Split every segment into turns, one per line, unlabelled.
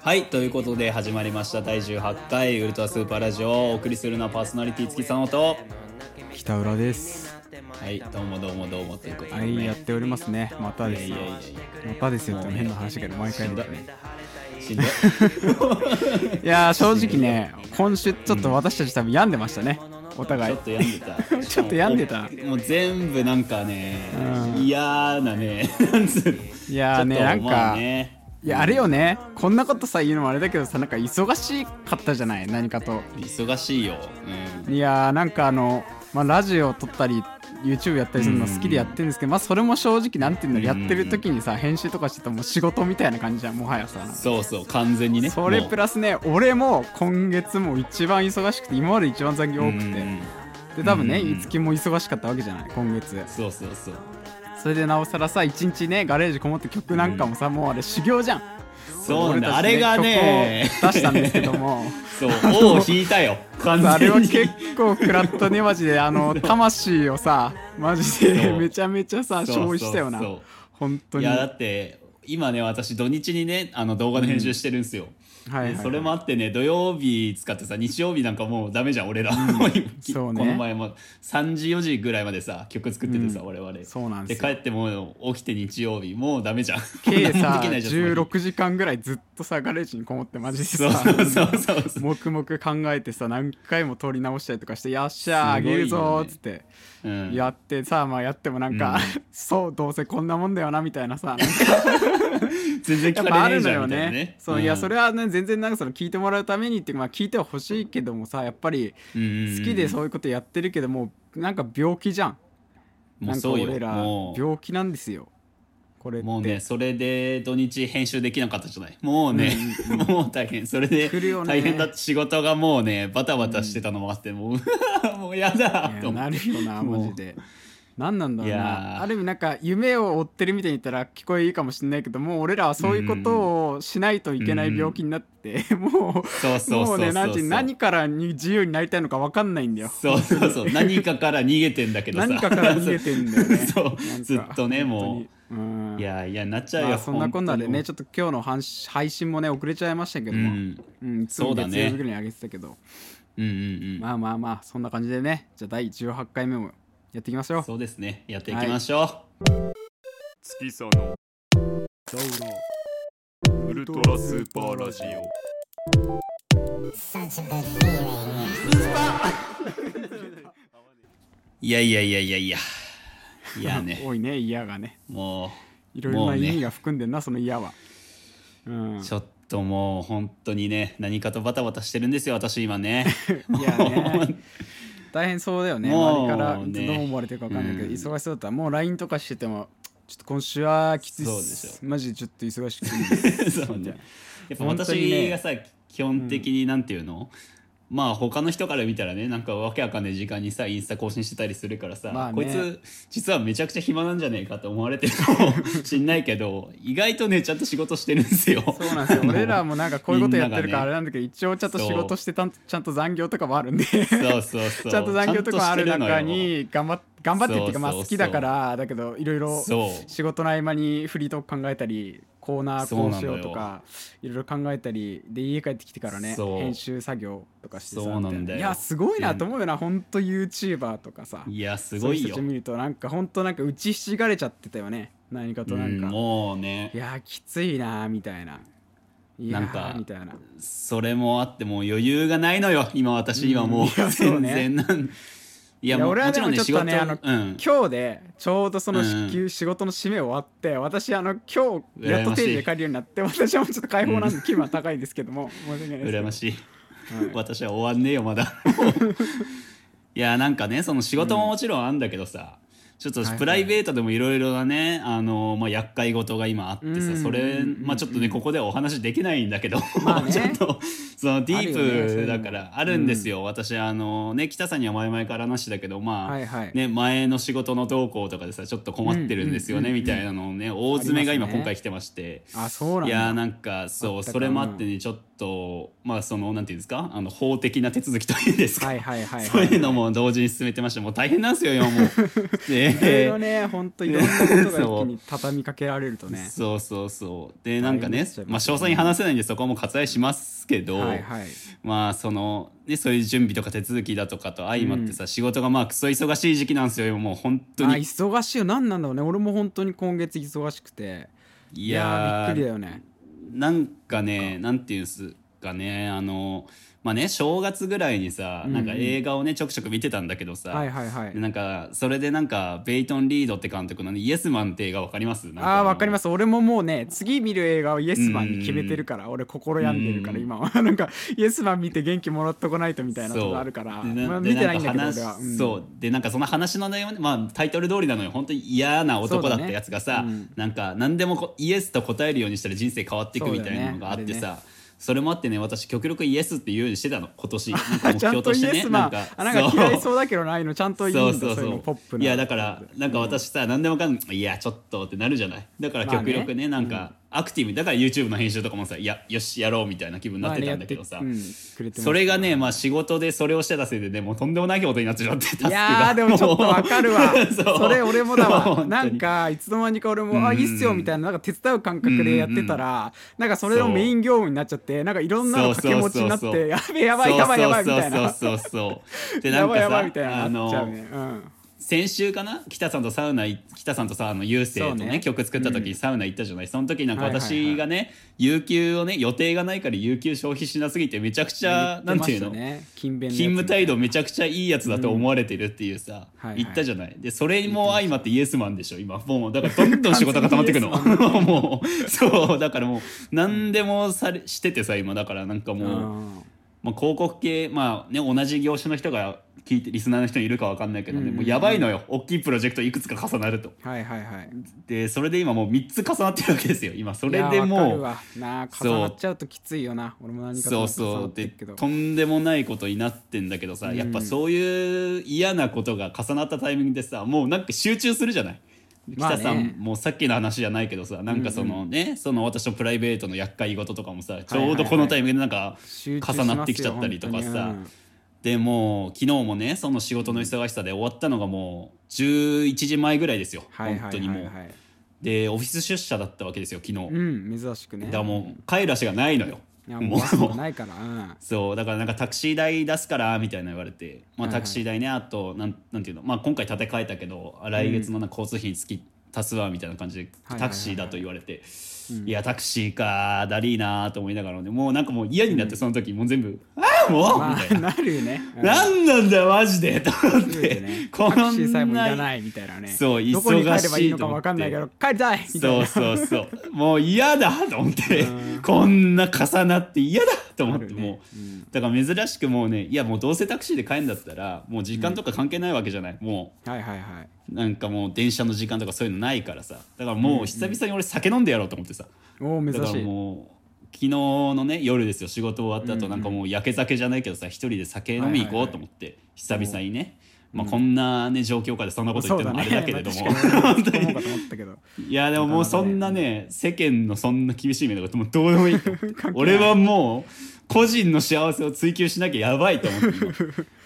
はいということで始まりました第18回ウルトラスーパーラジオをお送りするのはパーソナリティ月さんと
北浦です
はいどうもどうもどうもということで、
はい、やっておりますねまたです
いや
よ
いやいや
またですよって変な話が毎回ですね
しんど い
いやー正直ね今週ちょっと私たち多分病んでましたねお
ち
互
ょ
い
っと病んでた
ちょっと病んでた
もう全部なんかね
うん
嫌なね なんつう
いやーね
ちょっ
な
と
ん
ま
か
あね
いやあれよねこんなことさ言うのもあれだけどさなんか忙しかったじゃない何かと
忙しいよ、
いやーなんかあの、まあ、ラジオ撮ったり YouTube やったりするの好きでやってるんですけど、まあ、それも正直なんていうのやってる時にさ編集とかしてたらもう仕事みたいな感じじゃんもはやさ
うん、そうそう完全にね
それ
もう
プラスね俺も今月も一番忙しくて今まで一番残業多くて、
うん
で多分ね
うん
いつきも忙しかったわけじゃない今月
そうそうそう
それでなおさらさ一日ねガレージこもって曲なんかもさ、もうあれ修行じゃん
そうなんだ、あ
俺
れが
たち
ね
曲を出したんですけども
そう尾を引いたよ完全に
あれは結構食らったねマジで あの魂をさマジで
そう
めちゃめちゃさ
そうそう
消費したよな
そう
本当
い
に
やだって今ね私土日にねあの動画の編集してるんですよ、
はいはい
でそれもあってね土曜日使ってさ日曜日なんかもうダメじゃん俺ら、もう今
そう ね
この前も3時4時ぐらいまでさ曲作っててさ、
う
我々
そうなん
で
で
す帰
よ
ってもう起きて日曜日もうダメじゃん
計
何も
さ
できないじゃんその日
16時間ぐらいずっとさガレージにこもってマジで
そう
さ
そうそうそうそう
黙々考えてさ何回も撮り直したりとかして「よっしゃーあ
すごいよ
げ
ね
るぞ」っつって
うん
やってさまあやってもなんか、そうどうせこんなもんだよなみたいなさ
全然
やっ
聞
ぱ
かれ
あ
ねえ
る
じ
の
ゃん
よ
みたいな
ね
ね
そう、いやそれはね全然なんかその聞いてもらうためにっていうかまあ聞いてはほしいけどもさやっぱり好
好
きでそういうことやってるけどもうなんか病気じゃん
も
な
うん
か
そうよ
俺ら
もう
病気なんですよこれって
もうねそれで土日編集できなかったじゃないもうね、もう大変それで
来るよね
大変だって仕事がもうねバタバタしてたのもあって、もううわもう やだ
い
と思
や
っ
な
て
るよな
もう
マジで何なんだろう
いやー
なある意味なんか夢を追ってるみたいに言ったら聞こえいいかもしれないけどもう俺らはそういうことをしないといけない病気になって、 も
そう
う
そう
も
そうう
ね
そ
何
う
時何からに自由になりたいのか分かんないんだよ
そうそうそう何かから逃げてんだけどさ
何かから逃げてんだよね
そう
なんか
ずっとねも
本当にうん
ういやいやなっちゃうよ、
まあ、そんなこんなでね
本
ちょっと今日のはんし配信もね遅れちゃいましたけ
当
ど
に
も、
もう
うん、いつ
そ
も
うだ
月
ね
曜日ぐらいに上げてたけど、
うんうんうんうん、
まあまあまあそんな感じでねじゃあ第18回目もやっていきましょう
そうですねやっていきましょう、
月さのウルトラスーパーラジオ
い、やいやいやいやいやいや ね
多いね嫌がね
もう
いろいろ
も
な
う
意
ね
味が含んでんな、その嫌は。うん、
ちょっともう本当にね何かとバタバタしてるんですよ私今 ね。
いやね大変そうだよね。
も
周
う
りから
ね
どう思われてるか分かんないけど、
うん
忙しそうだったら、もう LINE とかしてても、ちょっと今週はきついっ
そうですすよ
マジでちょっと忙しくて。
そうねやっぱ
本当に
私
ね
がさ、基本的になんていうの、まあ他の人から見たらねなんかわけわかんない時間にさインスタ更新してたりするからさ、
まあね
こいつ実はめちゃくちゃ暇なんじゃねえかって思われてるかもしんないけど意外とねちゃんと仕事してるんですよ。
そうなんですよ。俺らもなんかこういうことやってる
みん
か
な
ら
がね
あれなんだけど、一応ちゃんと仕
そ
事
う
してたんちゃんと残業とかもあるんで。
そうそうそう
ちゃんと残業とかもある中
ち
に頑張っ頑張ってっていうかまあ
そうそうそう
好きだからだけどいろい
ゃんと
ろ
してるのよそう
仕事の合間にフリートーク考えたりコーナーこうしようとかいろいろ考えたりで家帰ってきてからね
そう
編集作業とかしてさ
そうなんだよ
いやすごいなと思うよなほんと YouTuber とかさ
いやすごい
そうう人
よ
たち。見るとなんかほんとなんか打ちひしがれちゃってたよね何かとなん
うん
か、い
もうね
やきついなみたいないや
なんか
みたいな
それもあってもう余裕がないのよ今私今もう
うんいやそう
全
ね
然なんいや
いや
もう
俺は
もち
で
ろん
も
ね
ち
仕
ょ
事
っとねあの、
うん
今日でちょうどその
うんうん
支給、仕事の締め終わって私あの今日やっ
羨
と
ましい
定時で帰るようになって私はもうちょっと解放なんで気分は高いですけども、申し訳ないですけど
羨ましい
はい
私は終わんねえよまだ いやなんかねその仕事ももちろんあんだけどさ、ちょっと
はいはい
プライベートでもいろいろなね、あのまあ、厄介事が今あって
う
さ
ん
それ、まあ、ちょっとねここではお話できないんだけど、
まあ ね
ちょっとそのディ
あるよねそうい
ープ
うの
だからあるんですよ、私あのね北さんには前々から話だけどまあ、
はいはい
ね、前の仕事の動向とかでさちょっと困ってるんですよね、みたいなのをね大詰めが今
ありますね
今回来てまして。
あそうなん
い
だ
やーなんかそう
あったか
それもあってねちょっとまあそのなんていうんですかあの法的な手続きというんですか、
はいはい はい
そう
はい
いうのも同時に進めてましたもう大変なんですよ今もう。 で
いろいろね本当いろんなことが一気に畳みかけられるとね
そうそうそうでなんか
大変にな
ね
っちゃいます
ま
ね
あ、詳細に話せないんでそこはもう割愛しますけど、
はいはい
まあそのねそういう準備とか手続きだとかと相まってさ、仕事がまあクソ忙しい時期なんですよ今もう本当
あ
に
忙しいよ何なんだろうね俺も本当に今月忙しくて
い
いやーびっくりだ
よ
よね
なんかねなんていうんですかねあのまあね正月ぐらいにさ、
うん
なんか映画をねちょくちょく見てたんだけどさ、
はいはいはい
でなんかそれでなんかベイトン・リードって監督の、ね「イエスマン」って映画わかりますなん
あーわかりますす俺ももうね次見る映画をイエスマンに決めてるから俺心病んでるから
うん
今は なんかイエスマン見て元気もらっとかないとみたいなとこあるから、
でな
まあ、
で
見てないんだけど
なん
俺
か
は、
話
うん
そうでなんかその話の内容ね、まあ、タイトル通りなのよ本当に嫌な男だったやつが
そ
さ、
うだねうん
なんか何でもこうイエスと答えるようにしたら人生変わっていくみたいなのがあって
そ
さ
うだ
そ,、
よ
れもあってね私極力イエスって言うようにしてたの今年なんか目
ちゃん
標
と
とし
イ
て
エ
ね
スマンあなんか嫌いそうだけどないのちゃんといいんだ
そうそう
そう
そ
いうの
う
ポップない
やだからなんか私さ、何でもかんいやちょっとってなるじゃないだから
まあ
極
ね
力ね,、なんかアクティブだから YouTube の編集とかもさいやよしやろうみたいな気分になってたんだけどさ、
まあねやってうんくれてます
それがね、まあ、仕事でそれをしてたせいでねもうとんでもないことになってしまってタスクが
いやーでもちょっとわかるわ
う
それ俺も だ
そう
わ
本当に
なんかいつの間にか俺も「あ
うん
いいっすよ」みたいななんか手伝う感覚でやってたらなんかそれのメイン業務になっちゃってなんかいろんなの掛け持ちになっ
そうそうそうそう
て「やべえやばいやばいやばい」みたいな「
そうそうそうそうそうでな
や
ん
ばいやば
か
い」みたい
さ
な
あ
なっちゃう
の
ねうん
先週かな北さんとサウナい北さんとさあの優勢と
そ
ね
うね
曲作った時にサウナ行ったじゃない、その時なんか
はいはいはい
私がね、有給をね予定がないから有給消費しなすぎてめちゃくちゃ、なんていうの、
言ってましたね勤勉なやつ
勤務態度めちゃくちゃいいやつだと思われてるっていうさ、
うんはいはい
言ったじゃないでそれも相まってイエスマンでしょ今もうだからどんどん仕事が溜まってくの もうそうだからもう何でもされしててさ今だからなんかもう、
うん
まあ、広告系まあね同じ業種の人が聞いてリスナーの人にいるかわかんないけどね、
うんうんうん
もうやばいのよ大きいプロジェクトいくつか重なると
はいはいはい
でそれで今もう3つ重なってるわけですよ今そ
そ
れでもう
なあ
そう
重なっちゃうときついよな俺も何かと
そ
思
う
って重な
そうで
ってるけど
とんでもないことになってんだけどさ、
うん
やっぱそういう嫌なことが重なったタイミングでさもうなんか集中するじゃない。
まあね
北さんもさっきの話じゃないけどさなんかそのね、その私のプライベートの厄介事とかもさちょうどこのタイミングでなんか
集
重
中しますよ
なってきちゃったりとかさ、
本当にうん
でもう昨日もねその仕事の忙しさで終わったのがもう11時前ぐらいですよ、
はい
本
は
当
い
に
は
もう
いはい
でオフィス出社だったわけですよ昨日、だか
うん珍しくね
らもう帰る足がないのよ
いや
も
もう
う
バスもないから、うん、
そうだからなんかタクシー代出すからみたいな言われて、まあ、
はいは
タ
い
クシー代ね、あとなんなんていうの、まあ、今回建て替えたけどあ来月のなんか交通費につき足すわみたいな感じで
はいはいは
タ
い
クシーだと言われて、いやタクシーかだりーなーと思いながらねもうなんかもう嫌になってその時、もう全部「ああもう!」み
ま
たい
あ
な。
なるよね。うん
なんなんだよマジでと思っ
なるよ
て、
ね
こん
タクシーさえもい
な
らないみたいなね。
そう
どこに帰ればい
忙し
いの
い
か
と思って
わかんないけど帰りたいみたい
そう
な。
そうそうもう嫌だと思って
う
こんな重なって嫌だと思っ
あ
て
るね
もう、
うん
だから珍しくもうねいやもうどうせタクシーで帰るんだったらもう時間とか関係ないわけじゃない、も
はいはいはい。
うなんかもう電車の時間とかそういうのないからさだからもう久々に俺酒飲んでやろうと思ってさ、
おお
だ
珍
から
しい。
もう昨日のね夜ですよ仕事終わった後なんかもうやけ酒じゃないけどさ一人で酒飲み行こうと思って久々にねまあこんなね状況下でそんなこと言ってるのもあれだけれども
そうだね
本当
突っ込もう
に
かと思ったけど。
いやでももうそんな ね世間のそんな厳しい目とかもうどうでもいいと思って
関係ない
俺はもう個人の幸せを追求しなきゃやばいと思って 今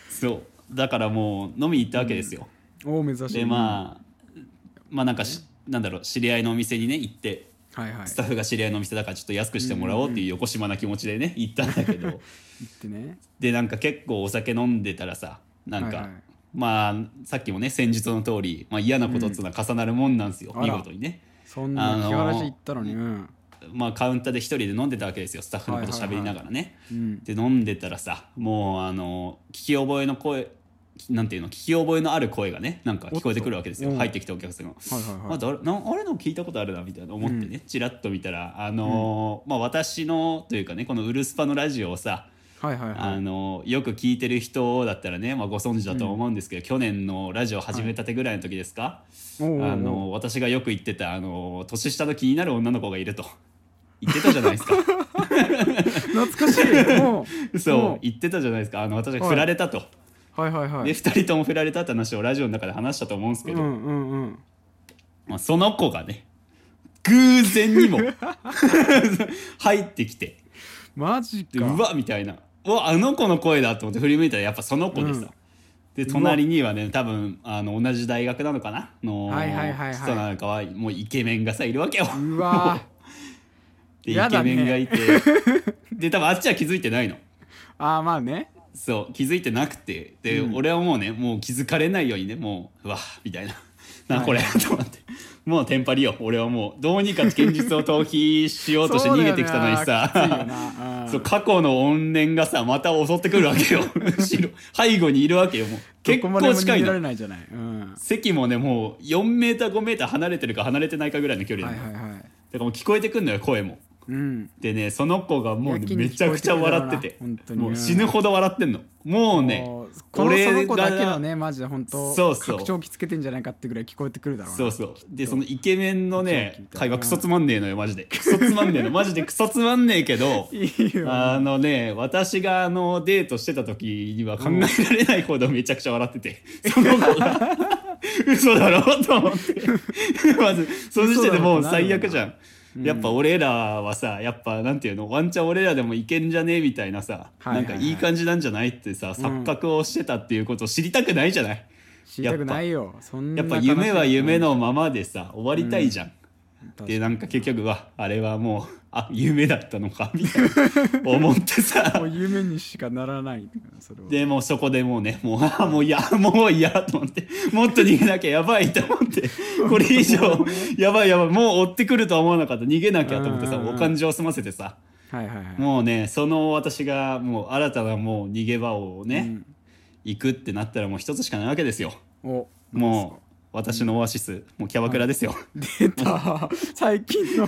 そうだからもう飲みに行ったわけですよ
おお珍しい。
でまあまあなんかしなんだろう知り合いのお店にね行って
あはいはい。
スタッフが知り合いのお店だからちょっと安くしてもらおうっていう横島な気持ちでね行ったんだけど
行ってね。
でなんか結構お酒飲んでたらさなんか、
はいはい
まあさっきもね先日の通り、まあ、嫌なことっつうのは重なるもんなんですよ、
うんあ
見
ら
事にね。
そんな気晴らし行ったのに。うん。
まあ、カウンターで一人で飲んでたわけですよスタッフのこと喋りながらね。
うん。
で飲んでたらさもうあの聞き覚えの声なんていうの聞き覚えのある声がねなんか聞こえてくるわけです
おっ
よ
と
入ってきたお客さんが。
はいはいは
あ
い。
誰なあれの聞いたことあるなみたいな思ってね、ちらっと見たらあのーまあ私のというかねこの「ウルスパ」のラジオをさ
はいはい
あ
はい。
のよく聞いてる人だったらね、まあ、ご存知だと思うんですけど、去年のラジオ始めたてぐらいの時ですか、
おーおー
あの私がよく言ってたあの年下の気になる女の子がいると言ってたじゃないで すか
懐かしい。もう。
そう
も
言ってたじゃないですかあの私が
はい
振られたと、
う。はいはいは
で
い。
2人とも振られたって話をラジオの中で話したと思うんです
う
け
ん
ど、
うんうん。
まあ、その 子がね偶然にも入ってきて
マジ
で
か
うわみたいなうわあの子の声だと思って振り向いたらやっぱその子でさ、
うん
で隣にはね多分あの同じ大学なのかなの、
はいはいはいはい
人なんかはもうイケメンがさいるわけよ
うわ
でイ
や
ケ
だね
メンがい て、で多分あっちは気づいてないの
あーまあね
そう気づいてなくてで、
うん
俺はもうねもう気づかれないようにねもううわみたいなな
はい
これ、と思ってもうテンパりよ俺はもうどうにか現実を逃避しようとして逃げてきたのにさ
そうだよなきついよなうん
そう過去の怨念がさまた襲ってくるわけ よ後ろ背後にいるわけよもう結
どこまで
構
も
近い
逃げられ
の
ないじゃない、うん、
席もねもう4メーター5メーター離れてるか離れてないかぐらいの距離
は
ないの、
はいは
だ
い
からもう聞こえてくんのよ声も
うん
でねその子がもう
や
ね、
けに
めちゃくちゃ笑って
聞こえて
て
くるだろうな本当に
もう死ぬほど笑ってんのもうね
もうこのその子だけのねマジで本当
そうそう
拡張器つけてんじゃないかってぐらい聞こえてくるだろうな
そうそうでそのイケメンの
狂気
ね
みたい
会
な
話クソつまんねえのよマジで クソつまんねえのマジでクソつまんねえけど
いいよ
あのね私があのデートしてた時には考えられないほどめちゃくちゃ笑ってて、その子が 嘘だろと思って まずその時点でもう最悪じゃん、やっぱ俺らはさやっぱなんていうのワンチャン俺らでもいけんじゃねえみたいなさ、
はいはいはい
なんかいい感じなんじゃないってさ錯覚をしてたっていうことを知りたくないじゃない、
知りたくないよそんな
やっぱ夢は夢
の
のままでさ終わりたいじゃん、でなんか結局はあれはもうあ夢だったのかみたいな思って
も
さ
う夢にしかならないそれは
でもうそこでもうねもうあもういや もういやと思ってもっと逃げなきゃやばいと思 ってこれ以上やばいやばいもう追ってくるとは思わなかった逃げなきゃと思ってさ
うんうんう
お
ん
感情を済ませてさ
はいはいはい
もうねその私がもう新たなもう逃げ場をね、
うん
行くってなったらもう一つしかないわけですよ
お
もう私のオアシス、もうキャバクラですよ、
出た最近の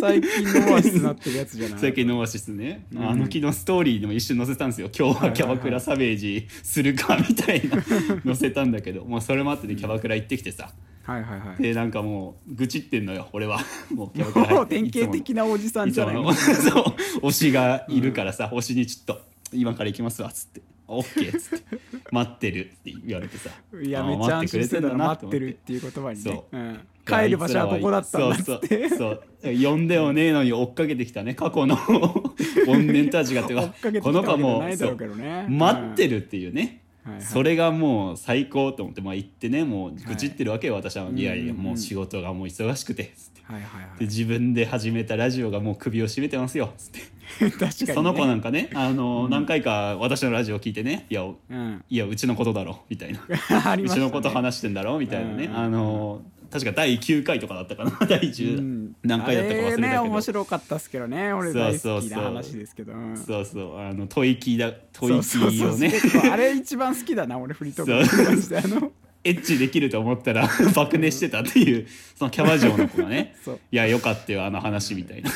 最近のオアシスになってるやつじゃない
最近のオアシスね、あの昨日ストーリーでも一瞬載せたんですよ今日はキャバクラサベージするかみたい な載せたんだけどもうそれもあってでキャバクラ行ってきてさ
はいはいはい
でなんかもう愚痴ってんのよ俺は もうキャバクラ入
も
っ
う
て
典型的なおじさん
い
じ
つ
ゃ
も
ない
のい つものそう推しがいるからさ、推しにちょっと「今から行きますわ」っつって「オッケー」っつって「待ってる」って言われてさ
いや
あ
めっちゃ安心してたら
と
待っ
思
てるっていう言葉にね
そううん
帰る場所はここだったんだっつって
そうそうそう呼んでもねえのに追っかけてきたね過去の 怨念たちがって
追っ
か
かけてきた
この子
わけじゃ
も
ないだ
そ
ろう
う
けどね
待って
る
るっていうね、
はいはい
それがもう最高と思って、まあ、行ってねもう愚痴ってるわけよ、私は「いやいや
うんうんうん
もう仕事がもう忙しくて」つって。
はいはいは
で
い
自分で始めたラジオがもう首を絞めてますよつって
確かにね
その子なんかねあ の、何回か私のラジオ聞いてねいや
うん
いやうちのことだろみたいな
あり
う
ました
ち
ね
のこと話してんだろみたいなね、
うん
あの確か第9回とかだったかな 第10、何回だったか忘れたけど、
あね面白かったっすけどね俺大好きな話ですけどうん
そうそうあの吐息だ吐
そうそう
息
そ
を
う
ね
結構あれ一番好きだな俺フリートーク
そう
マジであの
エッチできると思った ら爆寝してたっていうそのキャバ嬢の子がね
そう
いやよかったよあの話みた いな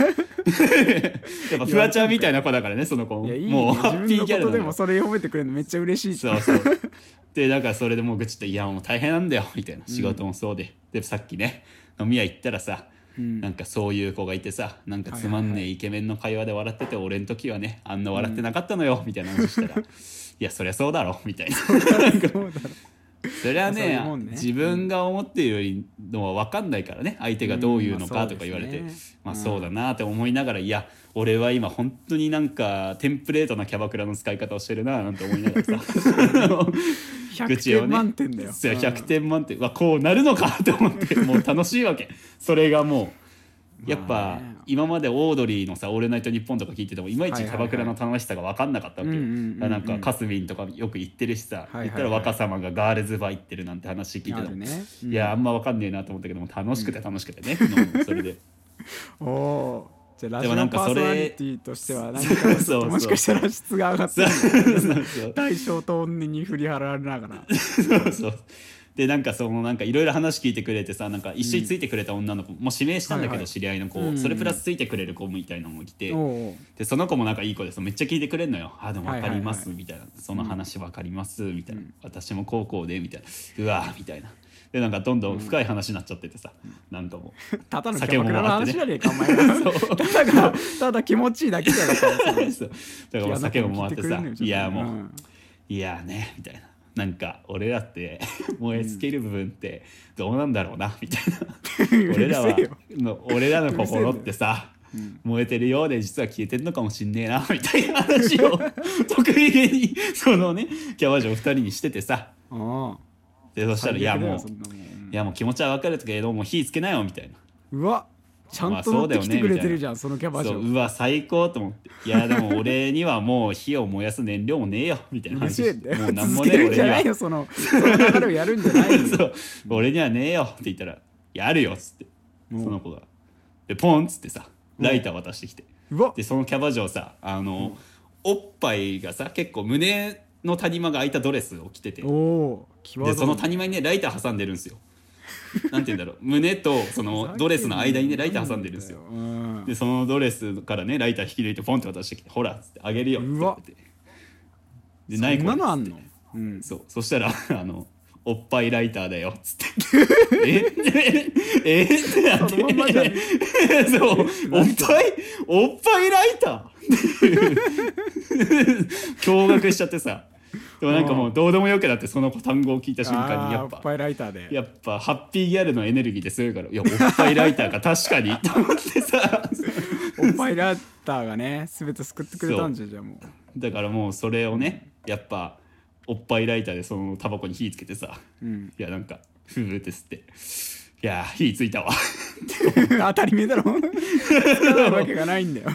やっぱフワちゃんみたいな子だからねその子も
いやいいね
もうハ
自
ッピ
分の
ー
こ
ギャル
と
な
で
の
も
よ
それ褒めてくれるのめっちゃ嬉しいし
そうそう。 で、だからそれでもう愚痴って、いや、もう大変なんだよ、みたいな。仕事もそうで。で、さっきね、飲み屋行ったらさ、なんかそういう子がいてさ、なんかつまん
はいはい
ねえイケメンの会話で笑ってて、俺の時はね、あんな笑ってなかったのよ、みたいな話したら、いや、そりゃそうだろ、みたいな。
そうだろ
それは
そうい
ね
うもんね
自分が思っているよりのは分かんないからね相手がどういうの
う
か
ん
とか言われて、
まあそう
まあ
ですね
そうだなって思いながら、いや俺は今本当になんかテンプレートなキャバクラの使い方をしてるななんて思いながらさ
100点満点だよ
そう
うん
100点満点うわこうなるのかと思 ってもう楽しいわけそれがもうやっ
まあ
ぱ
ね
今までオードリーのさ「オールナイトニッポン」とか聞いててもいまいちキャバクラの楽しさが分かんなかったわけよ
はいはいはいうんうんうんうん
だからなんかカスミンとかよく行ってるしさ
はいはいはい
行ったら若様がガールズバー行ってるなんて話聞いてた
あ
の
るねうん
いやあんま分かんねえなと思ったけども楽しくて楽しく てね、うんそれで。
おおーじゃあラ
で
ジ
も
オ
な
の
んか
パー
そ
ソ
れ
ナリティとしてはなん
そうそうそう
かもしかしたら質が上がって
そう
る
そうそう
大将と女に振り払われなが ら
そうそうでなんかそのなんかいろいろ話聞いてくれてさなんか一緒についてくれた女の子、もう指名したんだけど、
はいはい
知り合いの子、
うん
それプラスついてくれる子みたいなのも来て、
おお
でその子もなんかいい子ですめっちゃ聞いてくれんのよ「あでも分かります」
はいはいはい
みたいな「その話分かります」みたいな「私も高校で」みたいな「うわ」みたいなでなんかどんどん深い話になっちゃっててさ、なんかも う
ただのキ
酒
ャ
も
バクラの
回ってね
話じゃねえかお前ら
そう
ただがただ気持ちいいだけだよ
そうだからお酒も回ってさ「いやもう、
ん
いやね」みたいな。なんか俺らって 燃え尽きる部分 ってどうなんだろうなみたいな俺らは
うるせえよ
の俺らの心ってさ
うん
燃えてるようで実は消えてるのかもしんねえなみたいな話 を得意げにそのねキャバ嬢2人にしててさ
ああ
でそしたら「いや
最悪だよ
もう
そんなもんうん
いやもう気持ちは分かるけどもう火つけなよ」みたいな。
うわちゃんと
まあ
乗
そうだ
っ
よ
て
ね
きてくれてるじゃんそのキャバ
そ
嬢
ううわ最高と思って「いやでも俺にはもう火を燃やす燃料もねえよ」みたいな
うる
話
せえんだ
もう
よ
なんも
続
ねえ
けるん
俺に
じゃな
はい
よそのその流れをやるんじゃない よ
そう俺にはねえよって言ったら「やるよ」っつってそ
うん
の子がでポンっつってさライター渡してきて
うわ
でそのキャバ嬢さあのおっぱいがさ結構胸の谷間が開いたドレスを着てて
おお際
で
どい
その谷間にねライター挟んでるんですよなんて言うんだ ろう胸とそのドレスの間にねライター挟んでるんですよ
うん
でそのドレスからねライター引き抜いてポンって渡してきて「ほら」っつって「あげるよ」って
う
言
わ
ってでない
そんなのあんのうん
そうそしたら あの「おっぱいライターだよ」っつって「えええってなって
そのまんまじゃん
そうおっぱいおっぱいライター 驚愕しちゃってさでもなんかもうどうでもよくなってその単語を聞いた瞬間にやっ
あーおっ
ぱ
ぱいライターで
やっぱハッピーギャルのエネルギーって強いからいやおっぱいライターか確かにと思ってさ
おっぱいライターがね全て救ってくれたんじゃんじゃあもう
だからもうそれをねやっぱおっぱいライターでそのタバコに火つけてさ、
ん
いやなんかふーって吸っていやー火ついたわ
当たり前だろ当たるわけがないんだよ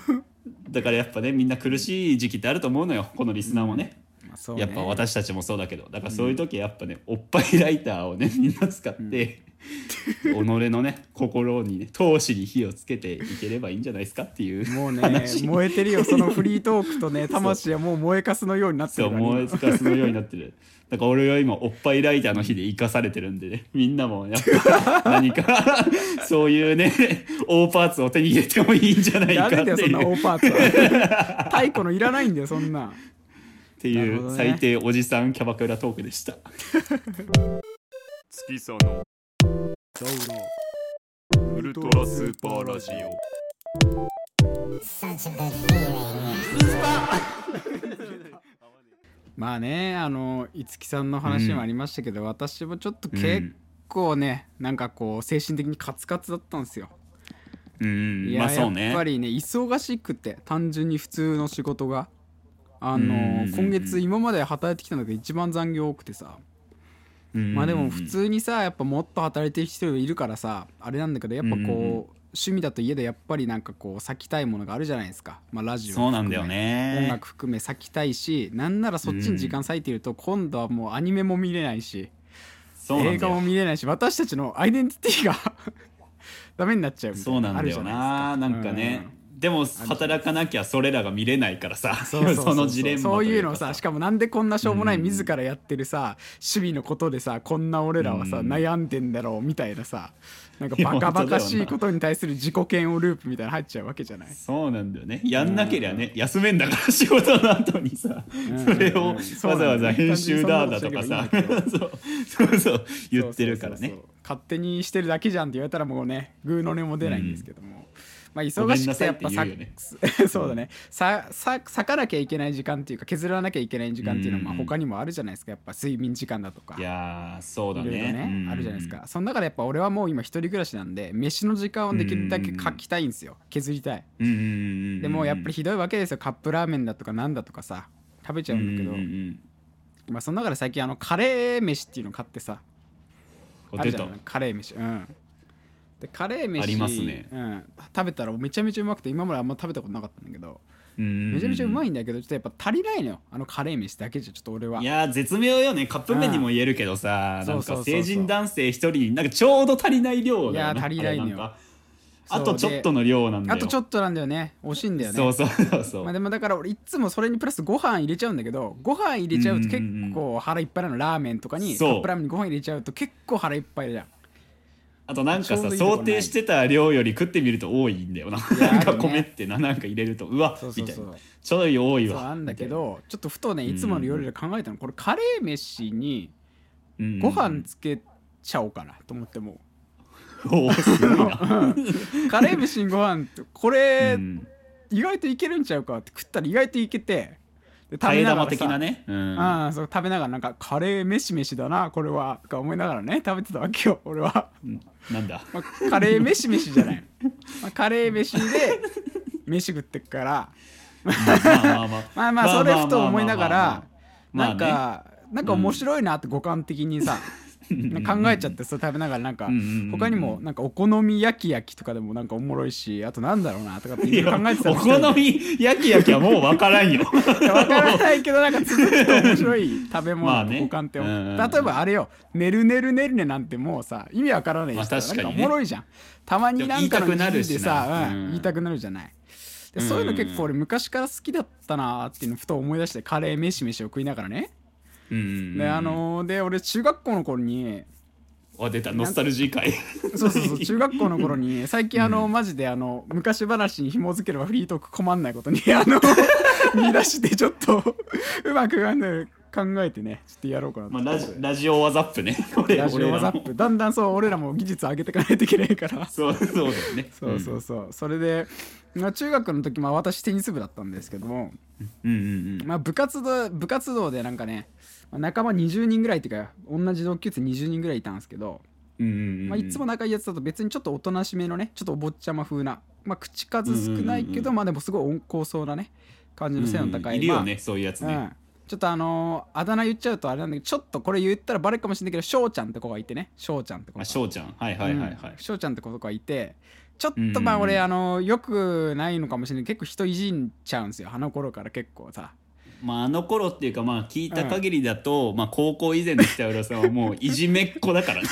だからやっぱねみんな苦しい時期ってあると思うのよこのリスナーもね、
まあそうね
やっぱ私たちもそうだけどだからそういう時はやっぱね、おっぱいライターをね みんな使って、己のね心にね闘志に火をつけていければいいんじゃないですかっていう
もうね
話
燃えてるよそのフリートークとね魂はもう燃えかすのようになって
そう
るから
燃え
ね
つかすのようにな ってるだから俺は今おっぱいライターの日で生かされてるんで ねみんなもやっぱ 何かそういうね大パーツを手に入れてもいいんじゃないか
ダ
って
メだよそんな
いう
大
っ
パー ツは太鼓のいらないんだよそんな
て
ないるほど
う
ね
最低おじさんキャバクラトークでした
月その
どうろ
ウルトラスーパーラジオ
まあねあの五木さんの話もありましたけど、私もちょっと結構ね、なんかこう精神的にカツカツだったんですよ、
うん
いや、
まあそうね
やっぱりね忙しくて単純に普通の仕事があの、
うん
今月今まで働いてきたのが一番残業多くてさ、
うん
まあでも普通にさやっぱもっと働いてる人いるからさあれなんだけどやっぱこう、
うんうんうん
趣味だと家でやっぱりなんかこう避きたいものがあるじゃないですか、まあ、ラジオ
そうなんだよ
含め
ね
音楽含め割きたいしなんならそっちに時間割いてると今度はもうアニメも見れないし、
そうなん
映
だ
画も
よ
見れないし私たちのアイデンティティが ダメになっちゃうみたい
そうな
あ
ん
る
だ
じ
よ
ゃい
ななんかね、でも働かなきゃそれらが見れないからさ
ですかうんそうそう そう
のジレンマと
そういう
か
のさしかもなんでこんなしょうもない自らやってるさ趣味のことでさこんな俺らはさ
うん
悩んでんだろうみたいなさなんか
いや
バカバカ
本当だよ
しい
な
ことに対する自己嫌悪ループみたいなの入っちゃうわけじゃない
そうなんだよねやんなけりゃね休めんだから仕事の後にさそれ
うんう
を
んうん
わざわざ編集だーだとかさ
そうなんだよ
そう そうそう言ってるから
そう
ね
そうそう勝手にしてるだけじゃんって言われたらもうねグーの音も出ないんですけども、まあ
ごめ
忙
ん
し
な
くて
さい
や
っ
ってぱ
言
さ
うよね
そうだねささ割かなきゃいけない時間っていうか削らなきゃいけない時間っていうのはまあ
うんうん
他にもあるじゃないですかやっぱ睡眠時間だとか
いやーそうだ
いろいろ
ねうん
ねあるじゃないですかその中でやっぱ俺はもう今一人暮らしなんで飯の時間をできるだけ書きたいんですよ削りたい
うんうんうんうん
でもやっぱりひどいわけですよカップラーメンだとかなんだとかさ食べちゃ
う
うん
うん
だけ
ん
ど、
うん
まあその中で最近あのカレー飯っていうのを買ってさ
こ
あ
出
るじゃ
た
んカレー飯うんでカレー飯
ありますね
うん、食べたらめちゃめちゃうまくて今まであんま食べたことなかったんだけど
め
めちゃめちゃうま
い
いんだけどちょっとやっぱ足りないのよあのカレー飯だけじゃちょっと俺はい
やー絶妙よねカップ麺にも言えるけどさ
うん
なん
そうそう
か
そうそう
成人男性一人なんかちょうど足りない量だよ
いやー足りない
あ
のよ
れんかあとちょっとの量なんだよ
あとちょっとなんだよね惜しいんだよね
そうそうそうそう
まあ、でもだから俺いっつもそれにプラスご飯入れちゃうんだけどご飯入れちゃうと結
うんうん
構腹いっぱいなのラーメンとかにカ
そう
ップラーメンにご飯入れちゃうと結構腹いっぱいじゃん
あとなんか
ちょう
さ
どいいとこ
想
ない
定してた量より食ってみると多いんだよな、
いや
なん
あ
か
るね
米ってななんか入れるとうわ
そうそ
み
う
たい
そう
なちょい多い
そう
わ
なんだけ
み
どちょっとふとねいつもの夜で考えたのこれカレー飯に
たいなうん
ご飯つけちゃおうかなと思っても
おーすごいな
うカレー飯にご飯ってこれ
うん
意外といけるんちゃうかって食ったら意外といけてで 食
替
べ
え
なが
玉
ら
的
さ
なね、うん、
ああそう食べながらなんかカレー飯飯だなこれはとか思いながらね食べてたわけよ 俺は、
なんだ
まあ、カレー飯飯じゃない、まあ、カレー飯で飯食ってっから
まあまあまあ
まあまあそれふと思いながら
まあまあ
な
まあ
ん
まあ
かなんか面白いなって五感的にさ考えちゃってそれ食べながらなんか
うんうんうん
他にもなんかお好み焼き焼きとかでもなんかおもろいしあとなんだろうなとかって
い
いろい
や
ろ考えてた
お
んですけど
好み焼き焼きはもう分から んよ
いやわからないけどなんか続くと面白い食べ
まあ
物
ね
の五感って、
うんうんうん
例えばあれよ「ねるねるねるね」なんてもうさ意味わからないし
ま
さ
あ確かにね
なんかおもろいじゃんたまになんかの
でも言いたくなる
記事で
し
さ
な
うん
うん
言いたくなるじゃないで
うん
そういうの結構俺昔から好きだったなーっていうのふと思い出してカレー飯飯を食いながらね
うん
であのーで俺中学校の頃に
あ出たノスタルジー界
そうそうそう中学校の頃に最近あのマジであの昔話に紐づければフリートーク困んないことにあ の見出してちょっとうまくあの考えてねちょっとやろうかな と
まあ、ラジラジオワザップね。これ
ラジオワザ
俺ら
ッ
も
プだんだんそう俺らも技術上げていかないといけないから
そうそうだよね。
そうそうそうそれでまあ中学の時まあ私テニス部だったんですけども
うん。うんうんうん。
まあ部活動部活動でなんかねまあ仲間20人ぐらいっていうか同じ同級生20人ぐらいいたんですけど
うんうんうん
まあ、いつも仲いいやつだと別にちょっとおとなしめのねちょっとお坊ちゃま風な、まあ、口数少ないけ
うんうん
ど、
う
まあでもすごい温厚そうなね感じの背の高
うんうん
い、
いるよね、そういうやつ
まあう
ね。
ん、ちょっとあのーあだ名言っちゃうとあれなんだけどちょっとこれ言ったらバレるかもしれないけど翔ちゃんって子がいてね翔ちゃんって子
あ、
が
翔ちゃん。はいはいはいはい
うん。翔ちゃんって子とかいてちょっと
う
まあ
んうんうん
俺、あのよくないのかもしれない結構人いじんちゃうんですよあの頃から結構さ
まあ、あの頃っていうか、まあ、聞いた限りだと、まあ、高校以前の北浦さんはもういじめっ子だからね。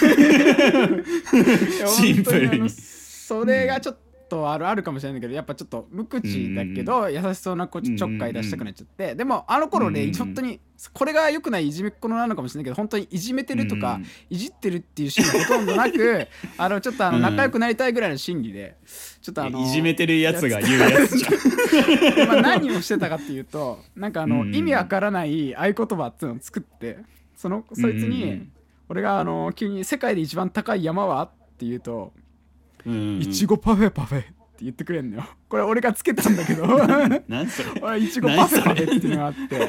シンプルに
いや本当あのそれがちょっとあるあるかもしれないけどやっぱちょっと無口だけど優しそうな子ちょっかい出したくなっちゃってでもあの頃
うんうん
ね
うん
本当にこれが良くないいじめっ子なのかもしれないけど本当にいじめてると
う
か
んうん
いじってるっていうシーンがほとんどな くあのちょっとあの
うん
仲良くなりたいぐらいの心理でちょっとあの
いじめてるやつが言うやつじゃん。
まあ何をしてたかっていうとなんかあ
う
の
んうん
意味わからない合言葉っていうのを作ってそのそい
うん
つ
うんう
に
ん
俺があの急に「世界で一番高い山は?」って言うと
うんうん
いちごパフェパフェって言ってくれんのよこれ俺がつけたんだ けど
なんそれ。
俺いちごパフェパフェっていうのがあって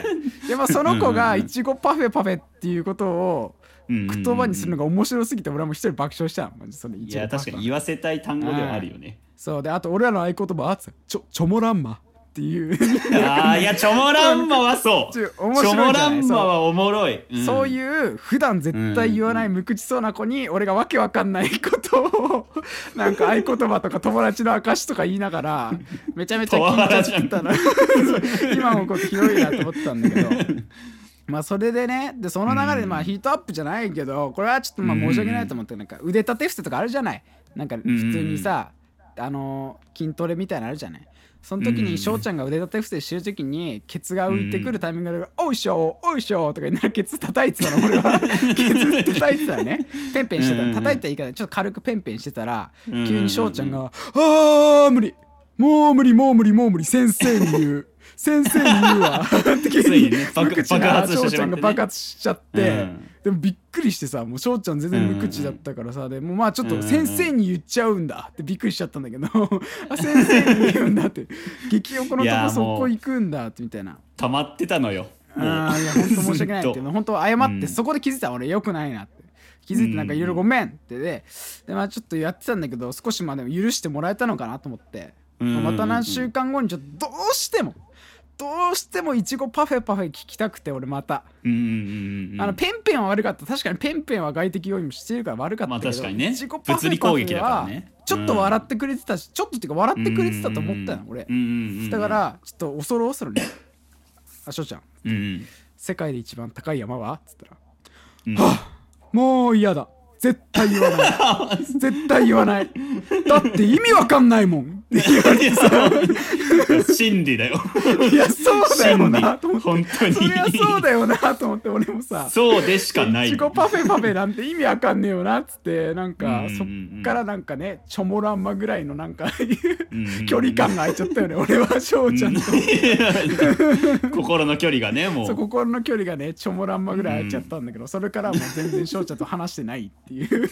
で、まあ、その子がいちごパフェパフェっていうことを 言葉にするの
が。
が面白すぎて俺はもう一人爆笑したのマジそのい
い
ちご
や、
パ
確かに
フェパフェ
言わせたい単語ではあるよね。
そうであと俺らの合言葉あつちょチョモランマって いう
ああ、いや、チョモランマはそう。チ
ちょ
ョ
面白いじゃない
モランマはおもろい。ん
そういう普段絶対言わない無口そうな子に俺がわけわかんないこと をなんか合言葉とか友達の証とか言いながらめちゃめちゃ緊張してたの今もこうひどいなと思ったんだけ どまあそれでねでその流れでまあヒートアップじゃないけどこれはちょっとまあ申し訳ないと思ってなんか腕立て伏せとかあるじゃないなんか普通にさあのー筋トレみたいなのあるじゃないその時
うん
に翔ちゃんが腕立て伏せしてる時にケツが浮いてくるタイミングで「おいしょおいしょ」とか言いながらケツ叩いてたの 俺はケツ叩いてたのねペンペンしてた
うん
の叩いた言い方でちょっと軽くペンペンしてたら
うん
急に翔ちゃんが「あー無理もう無理もう無理もう無理先生に言う先生に言うわ」って急
つい
に
にね爆
無口
爆
な
発してしまってね
翔ちゃんが爆発しちゃって、
うん
でもびっくりしてさもう翔ちゃん全然無口だったからさでもうまあちょっと先生に言っちゃうんだってびっくりしちゃったんだけど あ先生に言うんだ って激横の
い
と
や
こ
ー
そ
もう
こ行くんだってみたいな。
溜まってたのよ。もう
ああいや本当申し訳ないっていうの本当謝って、
うん
そこで気づいた俺よくないなって気づいてなんかいろいろごめんってででまあちょっとやってたんだけど少しまあでも許してもらえたのかなと思って、
うん
また何週間後にちょっとどうしてもどうしてもいちごパフェパフェ聞きたくて俺また、
うんうんうん
あのペンペンは悪かった確かにペンペンは外的要因もしてるから悪かったけど、
まあ確かにね
いちごパフェパフ
物理攻撃
ェ
だから
は
ね
ちょっと笑ってくれてたし、ちょっとっていうか笑ってくれてたと思ったの俺、
うんうんうん
だか、らちょっと恐る恐るねあ翔ちゃん
うんうん
世界で一番高い山は?」っつったら「
うん
はあもう嫌だ絶対言わない 絶対言わないだって意味わかんないもん」って言われてさ
心理だ よ。
「いやそうだよな」と思って
本当
「
に。
そりゃそうだよな」と思って俺もさ
そうでしかない。
自己パフェパフェなんて意味わかんねえよなっつってなん
うん
か
うんうん
そっからなんかねチョモランマぐらいのなんか
うんうんうん
距離感が空いちゃったよね俺は翔ちゃ んと
心の距離がね、も
そう
う。
心の距離がねチョモランマぐらい空いちゃったんだけどそれからはもう全然翔ちゃんと話してないっていう。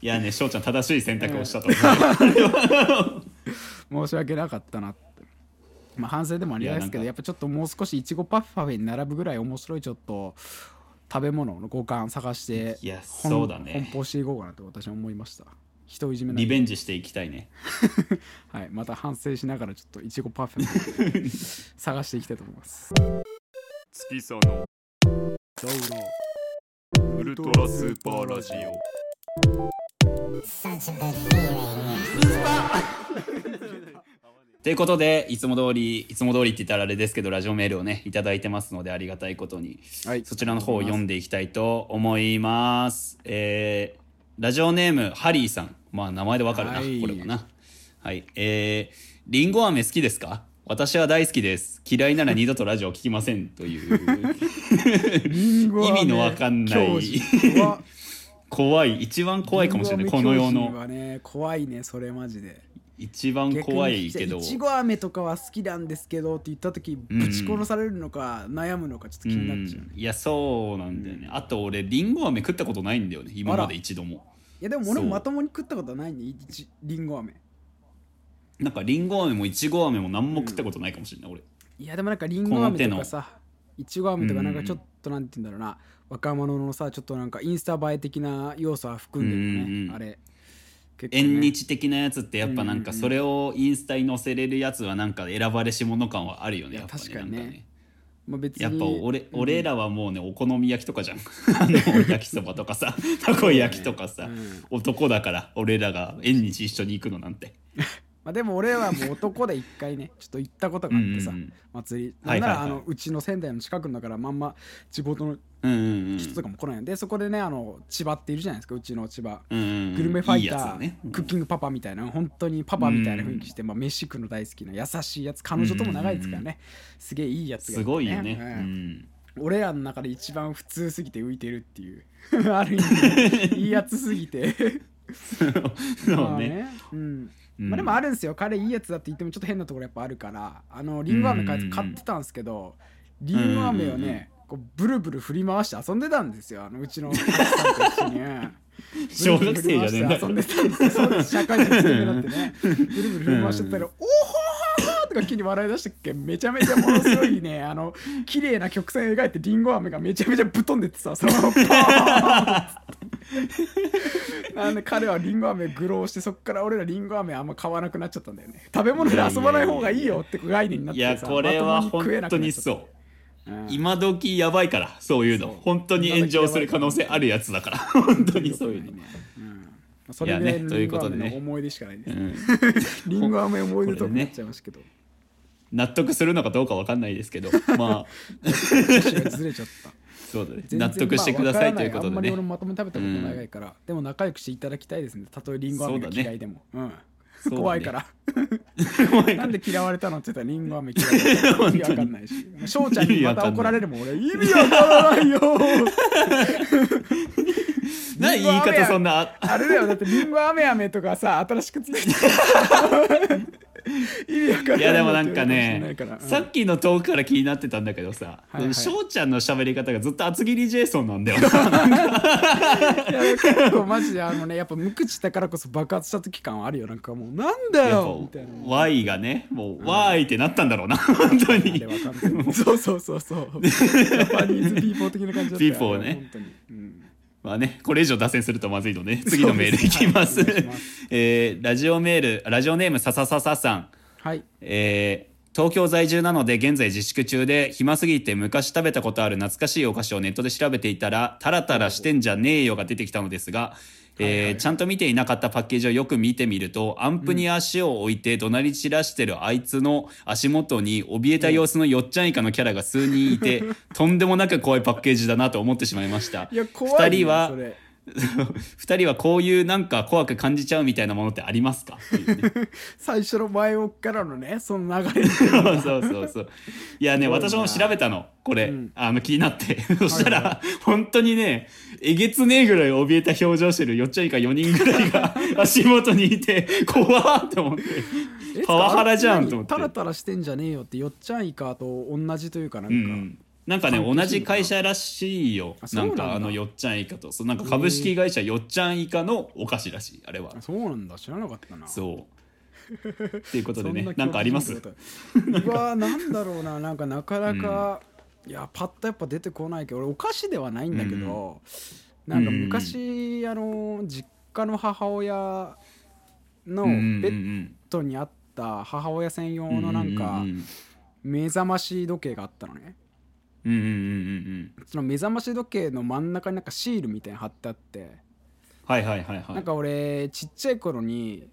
いやね、翔ちゃん正しい選択をしたと思う。
申し訳なかったなって。まあ、反省でもありますけど
いやなんか
やっぱちょっともう少しいちごパフェパフェに並ぶぐらい面白いちょっと食べ物の五感探して
いや
ほん
そうだね
奔放していこうかなと私は思いました人をいじめない
リベンジしていきたいね。
はい、また反省しながらちょっといちごパフェも 探していきたいと思います。
月さのウルトラスーパーラジオ
ということで、いつも通り、いつも通りって言ったらあれですけど、ラジオメールをね、いただいてますので、ありがたいことに、
はい、
そちらの方を読んでいきたいと思います。えーラジオネーム、ハリーさん。まあ、名前でわかるな、
はい
これもな。はい。えー、リンゴ飴好きですか私は大好きです。嫌いなら二度とラジオ聞きません。と いう、
リンゴ飴
意味のわかんない
狂人は
怖い、一番 怖いかもしれない、この世
リンゴ飴狂人
の。
はね、怖いね、それマジで。
一番怖いけど
い。ちご飴とかは好きなんですけどって言った時ぶち殺されるのか悩むのかちょっと気になっちゃう、
うんいやそうなんだよね、あと俺リンゴ飴食ったことないんだよね今まで一度も
いやでも俺
そう
もまともに食ったことはないねいちりんご飴
なんかリンゴ飴もいちご飴も何も食ったことないかもしれない、俺
いやでもなんかりんご飴とかさいちご飴とかなん
う
か
ん
ちょっとなんて言うんだろうな、若者のさちょっとなんかインスタ映え的な要素は含んでるよね、
うんうん
あれ結構ね
縁日的なやつってやっぱなんか
うん
それをインスタに載せれるやつはなんか選ばれし者感はあるよね
いや
やっぱ
確かにね
なんね
まあ、別に
やっぱ俺,、俺らはもうねお好み焼きとかじゃん あの焼きそばとか さたこ焼きとかさ、
うん
男だから俺らが縁日一緒に行くのなんて
まあ、でも俺はもう男で一回 ねちょっと行ったことがあってさ、
うんうんうん
祭りな
は
ん
い
な
はい
ら
はい
あのうちの仙台の近くのだからまんま地元の
うんうんうん
人とかも来ないんで、そこでねあの千葉っているじゃないですかうちの千葉、
うんうん
グルメファ
いい
イタ
やつ
ー
だね
クッキングパパみたいな本当にパパみたいな雰囲気して、まあ、飯食うの大好きな優しいやつ彼女とも長いですからね、すげえいいやつが
すごいよね、
うん
うん
俺らの中で一番普通すぎて浮いてるっていう ある意 味いいやつすぎて
そうね。
うん
うん
まあ、でもあるんですよ彼いいやつだって言ってもちょっと変なところやっぱあるからあのりんご飴買,、
うんうんうん
買ってたんですけどりんご飴を
うんうんうん
ねこうブルブル振り回して遊んでたんですよあのうち の奥さんと一緒に
小学生じゃねえんだか
遊
ら
んでたんですよそうです社会人生になってねブルブル振り回してたら「おーほーほーほーとか急に笑い出したっけめちゃめちゃものすごいねあの綺麗な曲線描いてりんご飴がめちゃめちゃぶっ飛んでってさそのままポーンなんで彼はリンゴ飴グローしてそっから俺らリンゴ飴あんま買わなくなっちゃったんだよね食べ物で遊ばない方がいいよって概念になっ
い
てさ
やこれは本当に
う、
そう
うん
今時やばいからそういうの
そう
本当に炎上する可能性あるやつだから 本当にそういうの、
ねうんまあそれぐらい
い
の
やねとい
リン
う
ゴ
ことで
飴
ね
の思い出しかないです、
うん、
リンゴ飴思い出とかなっちゃいましたけど、
納得するのかどうかわかんないですけ どまあ
趣旨がずれちゃった
そうだね
全然
納得してください
ま
と
あ
いうこと
わからなあんま
で
り
ね
俺もまともに食べたことないから、でも仲良くしていただきたいですねたとえリンゴ飴が嫌いでもう、、
そうんだね
怖いから
怖いか
な
ら
んで嫌われたのって言ったらリンゴ飴嫌いだ から意味わかんないし翔ちゃんにまた怒られるもん俺意味わからないよ
な言い方そんな
あれだよだってリンゴ飴飴とかさ新しく作って 意味わかんない
いやでもなんか
って
ね
言われるもしれ
さ
ないから
っきのトークから気になってたんだけどさ
はいはい
翔ちゃんの喋り方がずっと厚切りジェイソンなん だよな
うんいや結構マジであのねやっぱ無口だからこそ爆発した時感はあるよなんかもうなんだ
やっ
よみたいな
ぱ Y がねもう Y ってなったんだろうな本当
あ
に
れわかん ないそうそうそうそうジャパニーズピーポー的な感じだったよ
ピーポーね
本当にうん
まあね、これ以上脱線するとまずいので、次のメールいきます。
そうですねはいお願いし
えーラジオメール、ラジオネームさささささん。
はい
えー東京在住なので現在自粛中で暇すぎて昔食べたことある懐かしいお菓子をネットで調べていたらタラタラしてんじゃねえよが出てきたのですが、えーちゃんと見ていなかったパッケージをよく見てみるとアンプに足を置いて怒鳴り散らしてるあいつの足元に怯えた様子のよっちゃん以下のキャラが数人い てとんでもなく怖いパッケージだなと思ってしまいました。
いや怖いね
二人は
それ
2人はこういうなんか怖く感じちゃうみたいなものってありますかっていうね
最初の前置きからのねその流れ
そうそうそうそういやね
すごいな
私も調べたのこれ、
うん
あの気になってそしたら、
はい
本当にねえげつねえぐらい怯えた表情してるよっちゃん以下4人ぐらいが足元にいて怖ーって思って パワハラじゃんと思って
タラタラしてんじゃねえよってよっちゃんイカと同じというかなん
う
か、
んなんかね
関係
同じ会社らしいよ
あそ
な
うなんんだ
かあのよっちゃん以下とそうなんか株式会社よっちゃん以下のお菓子らしいあれは
あそうなんだ知らなかったなう
そうっていうことでね
な
なんかあります
うわなんだろうななんかなかなか、いやパッとやっぱ出てこないけど俺お菓子ではないんだけど、なんか昔、あの実家の母親の
う
ベ
んうんうん
ッドにあった母親専用のなんか
うんうん
目覚まし時計があったのね
うんうんうんうん
その目覚まし時計の真ん中になんかシールみたいに貼ってあって
はいはいはいはい
なんか俺ちっちゃい頃に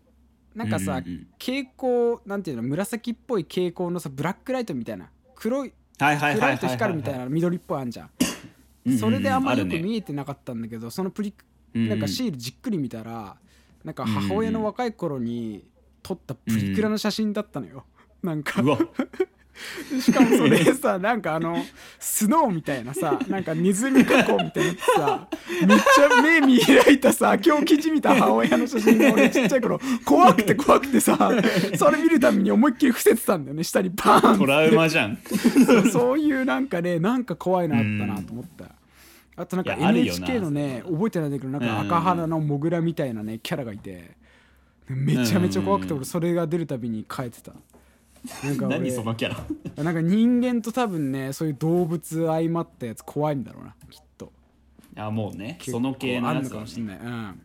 なんかさ
うんうんうん
蛍光なんていうの紫っぽい蛍光のさブラックライトみたいな黒い
はいはいはい
暗
はい
いと光るみたいな緑っぽいあんじゃ
うんうん
ん
うん
それであんまりよく
るね
見えてなかったんだけどそのプリ
うんうん
なんかシールじっくり見たらなんか母親の若い頃に撮ったプリクラの写真だったのよなんか
うわ
しかもそれさなんかあのスノーみたいなさなんかネズミ加工みたいなさめっちゃ目見開いたさ今日記事見た母親の写真が俺ちっちゃい頃怖くて怖くてさそれ見るために思いっきり伏せてたんだよね下にバーンって
トラウマじゃん
そうそういうなんかねなんか怖いのあったなと思った、あとなんか
いやあるよな
NHK のね覚えてないんだけどなんか
うん
赤鼻のモグラみたいなねキャラがいてめちゃめちゃ怖くて
うん
俺それが出るたびに変えてたなんか俺
何そのキャラ
なんか人間と多分ねそういう動物相まったやつ怖いんだろうなきっと
あもうね
結構
その系の
あ
や
る
つ
のか
だ
も
ね
しんない、うん、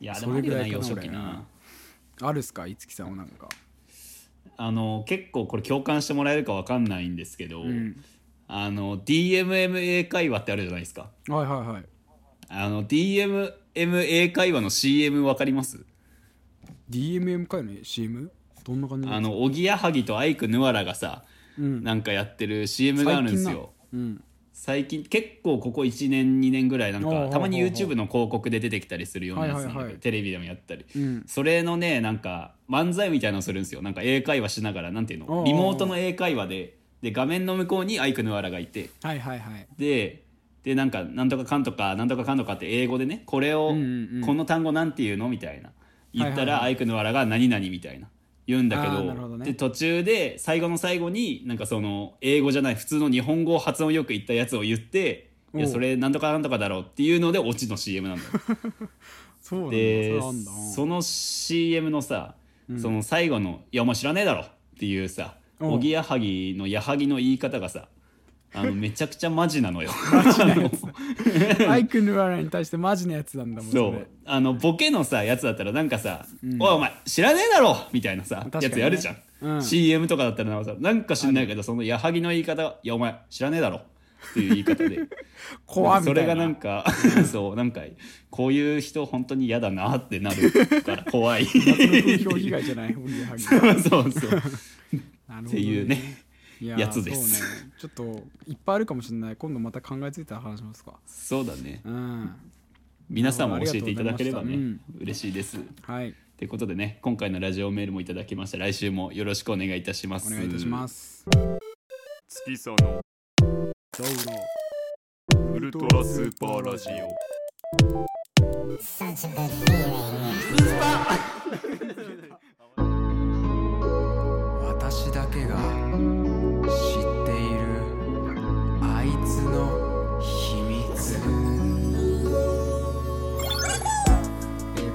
いやで
そ
もあ
れ
る
ぐ
よ
ら
な幼
かな
少
俺
期な
あるっすか五木さんはなんか
あの結構これ共感してもらえるかわかんないんですけど、
ん
あの DMMA 会話ってあるじゃないですか
はいはいはい
あの DMMA 会話の CM わかります
DMM かよね CM? どんな感じ
あのおぎやはぎとアイクヌアラがさ、
うん
なんかやってる CM があるんですよ
うん
最近結構ここ1年2年ぐらいなん
おうおうおう
か
おう
たまに YouTube の広告で出てきたりするようなやつなんだけど、
はいはいはい
テレビでもやったり、
うん
それのねなんか漫才みたいなのするんですよなんか英会話しながらなんていう
おうおうお
の
う
リモートの英会話でで画面の向こうにアイクヌアラがいて
はいはいはい
ででなんかなんとかかんとかなんとかかんとかって英語でねこれを、
うんうんうん
この単語なんていうのみたいな言ったら、
はいはいは
ア
い
イクのわらが何々みたいな言うんだけ
あ
ど
ーなるほどね
で途中で最後の最後になんかその英語じゃない普通の日本語を発音よく言ったやつを言って「いや
おう
それなんとかなんとかだろう」っていうのでオチの CM なんだよ。
そうなんだそ
で
れあんだ
その CM のさ、その最後の「いやお前知らねえだろ」っていうさ
うん
おぎやはぎのやはぎの言い方がさあ のめちゃくちゃマジなのよ。
アイクヌアラに対してマジなやつなんだもん
そ
れ
うあのボケのさやつだったらなんかさ「おいお前知らねえだろ!」みたいなさ、
確かにね
やつやるじゃん、
うん
CM とかだったらなんかさなんか知んないけどその矢作の言い方「いやお前知らねえだろ!」っていう言い方で
怖みた
そ
いな
れがなんか そうなんかこういう人本当に嫌だなってなるから 怖い
風評被害じゃ ないおぎやはぎ
そうそうそうっ
なるほどね
ていうね
い
やつです
そうねちょっといっぱいあるかもしれない今度また考えついたら話しますか
そうだね
うん
皆さんも教えていただければね、
ありがとうございま
嬉しいです
はい
ということでね今回のラジオメールもいただきました来週もよろしくお願いいたします
お願いいたします
月その
どうぞ
ウルトラスーパーラジオ
私だけが知っているあいつの秘密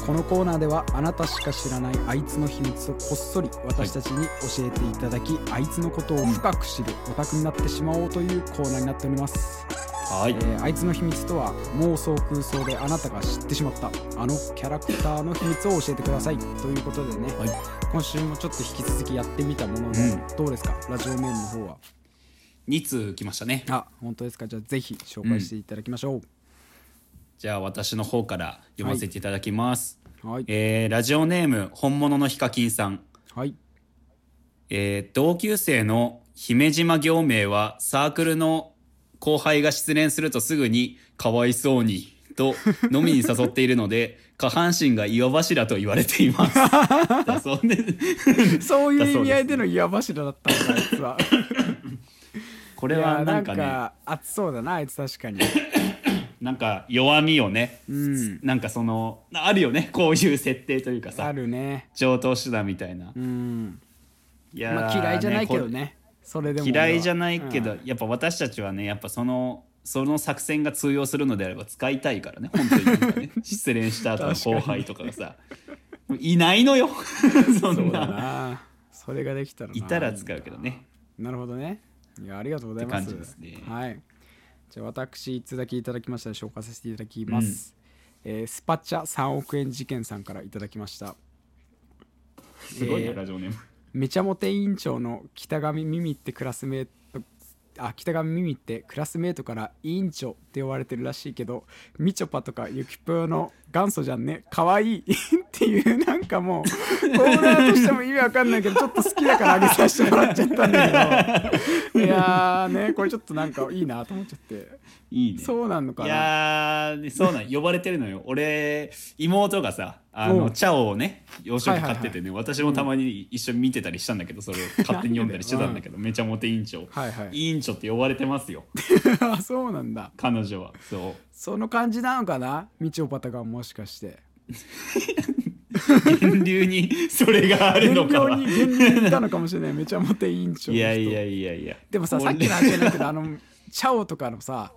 このコーナーではあなたしか知らないあいつの秘密をこっそり私たちに教えていただき、あいつのことを深く知るオタクになってしまおうというコーナーになっております、
はい
えーあいつの秘密とは妄想空想であなたが知ってしまったあのキャラクターの秘密を教えてくださいということでね、
はい
今週もちょっと引き続きやってみたものの、
ん
どうですかラジオメールの方は
2通来ましたね
あ本当ですかじゃあぜひ紹介していただきましょう、
じゃあ私の方から読ませていただきます、
はい
えーラジオネーム本物のヒカキンさん、
はい
えー同級生の姫島行名はサークルの後輩が失恋するとすぐに「かわいそうに」と飲みに誘っているの で下半身が岩柱と言われています。 だそうです
そういう意味合いでの岩柱だったんだあいつ は
こ
い
れ
や
は
な
なんんかねなんか
か熱そうだなあいつ確かに
弱みをね、
ん
なんかそのあるよねこういう設定というか
あ
さ
るね
上等手段みたいな。
うん
いやー
まあ嫌いじゃないけど
こ
ねそれでも俺は
嫌いじゃないけど、
うん
やっぱ私たちはねやっぱそのその作戦が通用するのであれば使いたいからね本当になん かね失恋した後の後輩とかがさいない のよそん
そうだ
な
なそれができたらない
たら使うけどね
なるほどねいやありがとうございます
って感じですね
はいじゃあ私いつだけいただきましたら紹介させていただきます、えースパチャ3億円事件さんからいただきました
すごいね、
えー
ラジオネーム。
めちゃモテ委員長の北上ミミってクラスメートあ北上ミミってクラスメートから委員長って呼ばれてるらしいけどみちょぱとかゆきぷよの元祖じゃんねかわいいっていうなんかもうコーナーとしても意味わかんないけどちょっと好きだからあげさせてもらっちゃったんだけどいやーねこれちょっとなんかいいなと思っちゃって
いいね。
そうなんのか
い
な
やーそうなん呼ばれてるのよ俺妹がさあの
うん
茶をね洋食
はいはいは
買
い
っててね、私もたまに一緒に見てたりしたんだけどそれを勝手に読んだりしてたんだ けど、めちゃモテ委員長、
はいはい
委員長って呼ばれてますよ
そうなんだ
彼女はそ
その感じなのかなみちょぱとかもしかして
う源流にそれがあるの
減
か
量
は
に減量にいたのかもしれないめちゃモテ委員長
い
の人
やいやいやいや
でもささっきの話じゃなくてあのチャオとかのさ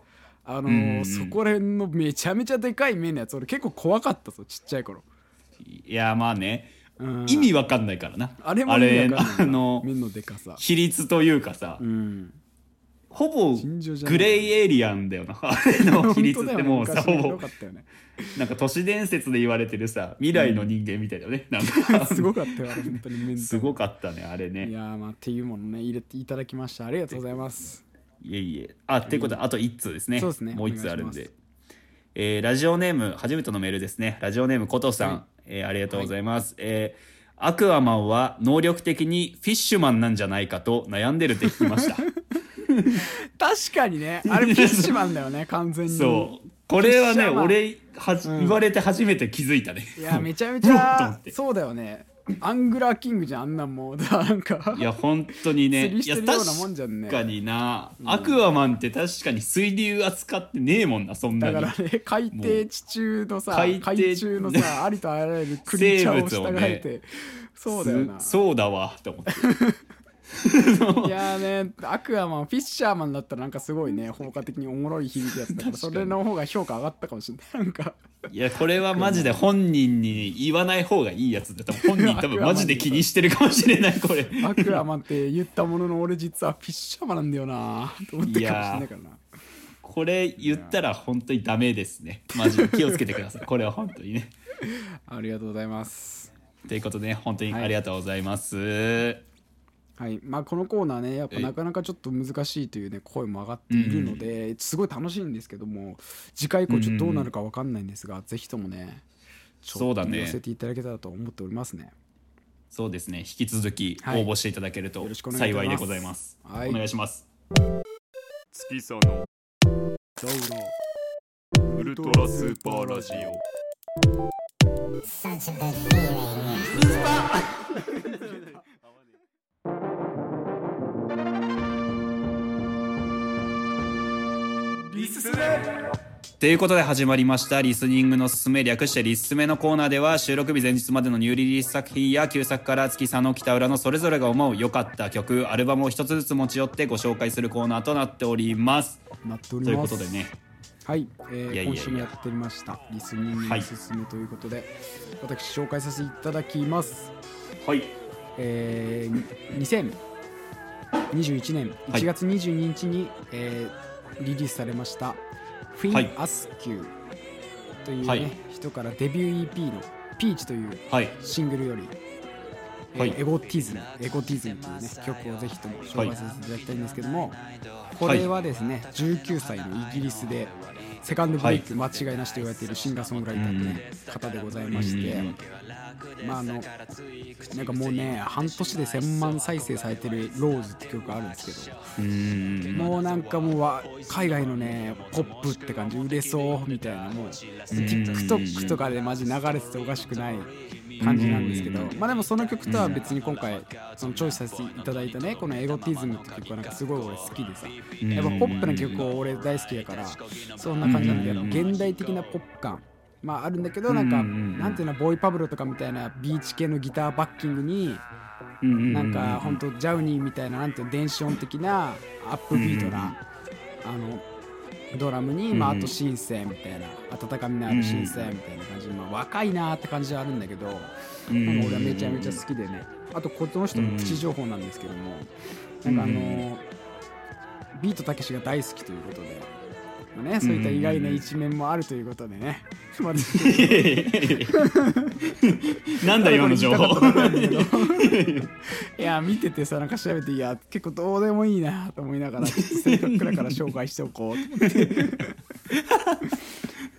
あのー
うん
そこら辺のめちゃめちゃでかい目のやつ俺結構怖かったぞちっちゃい頃、
いやまあね
うん、
意味わかんないからな
あれも意味わかんないな
あの
目のでかさ
比率というかさ、
うん
ほぼ
尋常じゃない
グレイエリアンだよなあれ の 比率
本
って
当だよね
もうさ
昔
ほ
ね
ぼ
広かったよね
なんか都市伝説で言われてるさ未来の人間みたいだよね、なんか
すごかったよあれ本当に面倒
すごかったねあれ
い
ね
やーまあっていうものね入れていただきましたありがとうござ います
いえいえあっていうことはあと1通ですね
そうですね
もう1通あるん
お願いし
で、えーラジオネーム初めてのメールですねラジオネームことさん、
はい
えーありがとうございます、えーアクアマンは能力的にフィッシュマンなんじゃないかと悩んでるって聞きました
確かにねあれフィッシュマンだよね完全に
そうこれは
フ
ね
ィッシュマン
俺はじ、
うん
言われて初めて気づいたね
いやめちゃ め
うん
ち
と思
ゃ
って
そうだよねアングラーキングじゃんあんなん もうだからなんか
いや本当にね
釣りしてる
いや
ようなもんじゃんね
確かにな、アクアマンって確かに水流扱ってねえもんなそんな
だ
に
からね海底地中のさ
海
海
底
中のさありとあらゆるクリーチャーを
生物
従
をね
え て、そうだよな
すそうだわって思って
いやーねアクアマンフィッシャーマンだったらなんかすごいね効果的におもろい響きやったから
確か
そ
に
れの方が評価上がったかもしれないな んか
いやこれはマジで本人に言わない方がいいやつだ多分本人多分マジで気にしてるかもしれないこれ
アクアマンって言ったものの俺実はフィッシャーマンなんだよなと思ってるかもしれないからな
これ言ったら本当にダメですねマジで気をつけてくだ さいこれは本当にね
ありがとうございます
ということでね本当にありがとうございます、
はいまあ、このコーナーねやっぱ
えい
なかなかちょっと難しいというね声も上がっているので、すごい楽しいんですけども次回以降ちょっとどうなるか分かんないんですが、ぜひともねち
そ
ょ
う
っと
だね
寄せていただけたらと思っておりますね
そうですね引き続き応
はい
募していただけると
よろしくお願いいた
幸
します
いでございます、
はい
お願いします
月その
どうぞ
ウルトラスーパーラジオ
リス
ということで始まりました「リスニングのすすめ」略して「リスめ」のコーナーでは収録日前日までのニューリリース作品や旧作から月佐野北浦のそれぞれが思う良かった曲アルバムを一つずつ持ち寄ってご紹介するコーナーとなっております。
なってお
と
り
いう
ま
こ
す
とでね
はい、えー
いやいやいや
今週もやっておりましたリスニングのおすすめということで、私紹介させていただきます
はい
えー、2021年1月22日に、えーリリースされました「フ
は
ィ
い
ン・アスキュー」という、ね
はい
人からデビュー EP の「ピーチという
はい
シングルより、えー
はい
エゴティズム「エゴティズム」という、ね、曲をぜひとも紹介させていただきたいんですけども、これはですね19歳のイギリスでセカンドブレイク間違いなしと言われているシンガーソングライターの、ね方でございまして。まああのなんかもうね半年で1000万再生されてる「ローズって曲があるんですけど
うーん
もうなんかもうわ海外のねポップって感じ売れそうみたいなもう TikTok とかでマジ流れてておかしくない感じなんですけどまあでもその曲とは別に今回そのチョイスさせていただいたねこの「エゴティズム」って曲はなんかすごい俺好きでさやっぱポップな曲を俺大好きだからそんな感じなんでやっぱ現代的なポップ感まああるんだけどなんか
うん
なんていうのボーイパブロとかみたいなビーチ系のギターバッキングになんか本当ジャウニーみたいななんていうの電子音的なアップビートな、あのドラムに、まあ、あとシンセみたいな温かみのあるシンセみたいな感じで、まあ、若いなーって感じはあるんだけど、なんか俺はめちゃめちゃ好きでねあとこの人のプチ情報なんですけども、なんかあのービートたけしが大好きということで、ね、そういった意外な一面もあるということでね。 まあ
いやいやいやなんだ今の情報
いや見ててさなんか調べていや結構どうでもいいなと思い ながらちょっとせっかくだから紹介しておこうと思って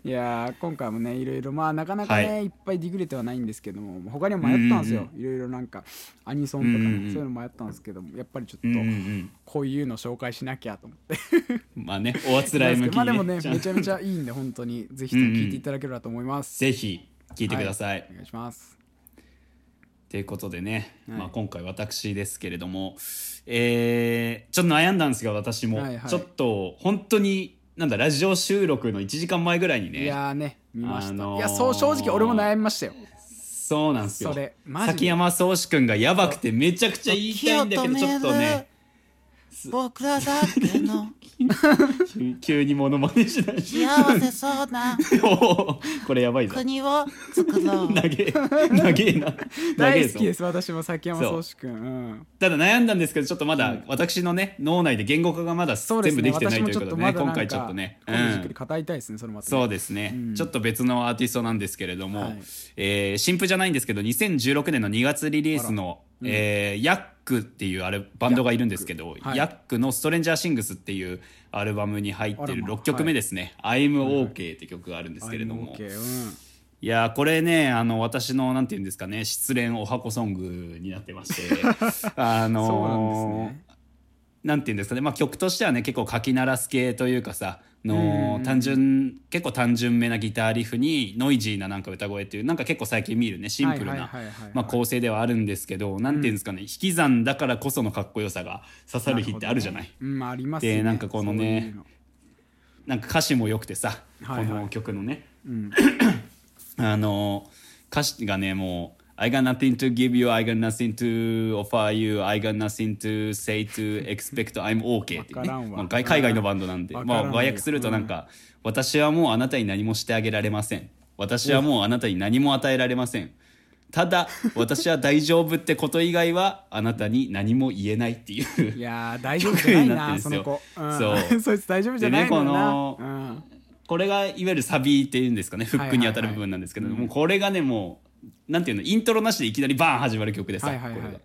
いやー今回もねいろいろまあなかなかね、、
はい
っぱいディグレてはないんですけども他にも迷ったんですよいろいろなんかアニソンとか、ね
うんうんうん
そういうの迷ったんですけどもやっぱりちょっ
うんう
と
ん
こういうの紹介しなきゃと思って
うんまあねおあつらい向き
まあでも
に
ね
ね
め
ちゃん
ちゃめちゃいいんで本当にぜひとも聞いていただければと思います、
ぜひ聞いてください。
お願いします
ということでね、
はい
まあ、今回私ですけれども、えーちょっと悩んだんですが私も、
はいはい
ちょっと本当になんだラジオ収録の1時間前ぐらいに
い
ね
やーね見ました、
あのー
いやそう正直俺も悩みましたよ
そうなんですよ
それマジで
崎山宗志君がやばくてめちゃくちゃ言いたいんだけどちょっとね
僕らだけの
急急にモノマネしない し
幸せそうな
おーこれやばいぞ
国を作ろ う
投げ 投げな投げ
大
ぞ
好きです私も崎山宗志君うん
ただ悩んだんですけどちょっとまだ私のね脳内で言語化がまだ
そうです
全
ね
部できてないという
私
こ
も
とでね今
なんか
回ちょっとね
このじっ
う
く
ん
り語りたいですね、それまたね、
そうですね、
うん
ちょっと別のアーティストなんですけれども、
はい
えー新譜じゃないんですけど2016年の2月リリースの、えーヤックっていうあれバンドがいるんですけど
クはい
ヤックの「ストレンジャーシングス」っていうアルバムに入って
あら
る
ま
6曲目ですね「I'mOK」って曲があるんですけれども、
I'm OK
いやーこれねあの私のなんて言うんですかね失恋お箱ソングになってまして あ
うん、そうなん
のー
です
なん
ね。
て言うんですかね、まあ、曲としてはね結構書き鳴らす系というかさ
うんうんう
の
ん
単純結構単純めなギターリフにノイジーななんか歌声っていうなんか結構最近見るねシンプル
はいは
な
いはいはいはい
まあ構成ではあるんですけどなんて言うんですかね、引き算だからこそのかっこよさが刺さる日ってあるじゃない。
るほどねうん、ありますね。
でなんかこのねなんか歌詞も良くてさ、
はいはい
この曲のね、
ん
あの歌詞がねもう「I got nothing to give you I got nothing to offer you I got nothing to say to expect I'm okay」っていう
わ
ね
からんわ
まあ外海外のバンドなんで、
わから
まあ、
んよ
和訳するとなんか、私はもうあなたに何もしてあげられません私はもうあなたに何も与えられません」ただ私は大丈夫ってこと以外はあなたに何も言えないっていう
いやー、大丈夫じゃないな、そ
曲に
の
な
子
っ。てるんですよ
う
そ
ん、
う
そいつ大丈夫じゃないのよ
でねこ
な。
これがいわゆるサビっていうんですかねフックに当たる部分なんですけど、
はいはいはい
もうこれがねもうなんていうのイントロなしでいきなりバーン始まる曲でさ、
はいはいはい
これが。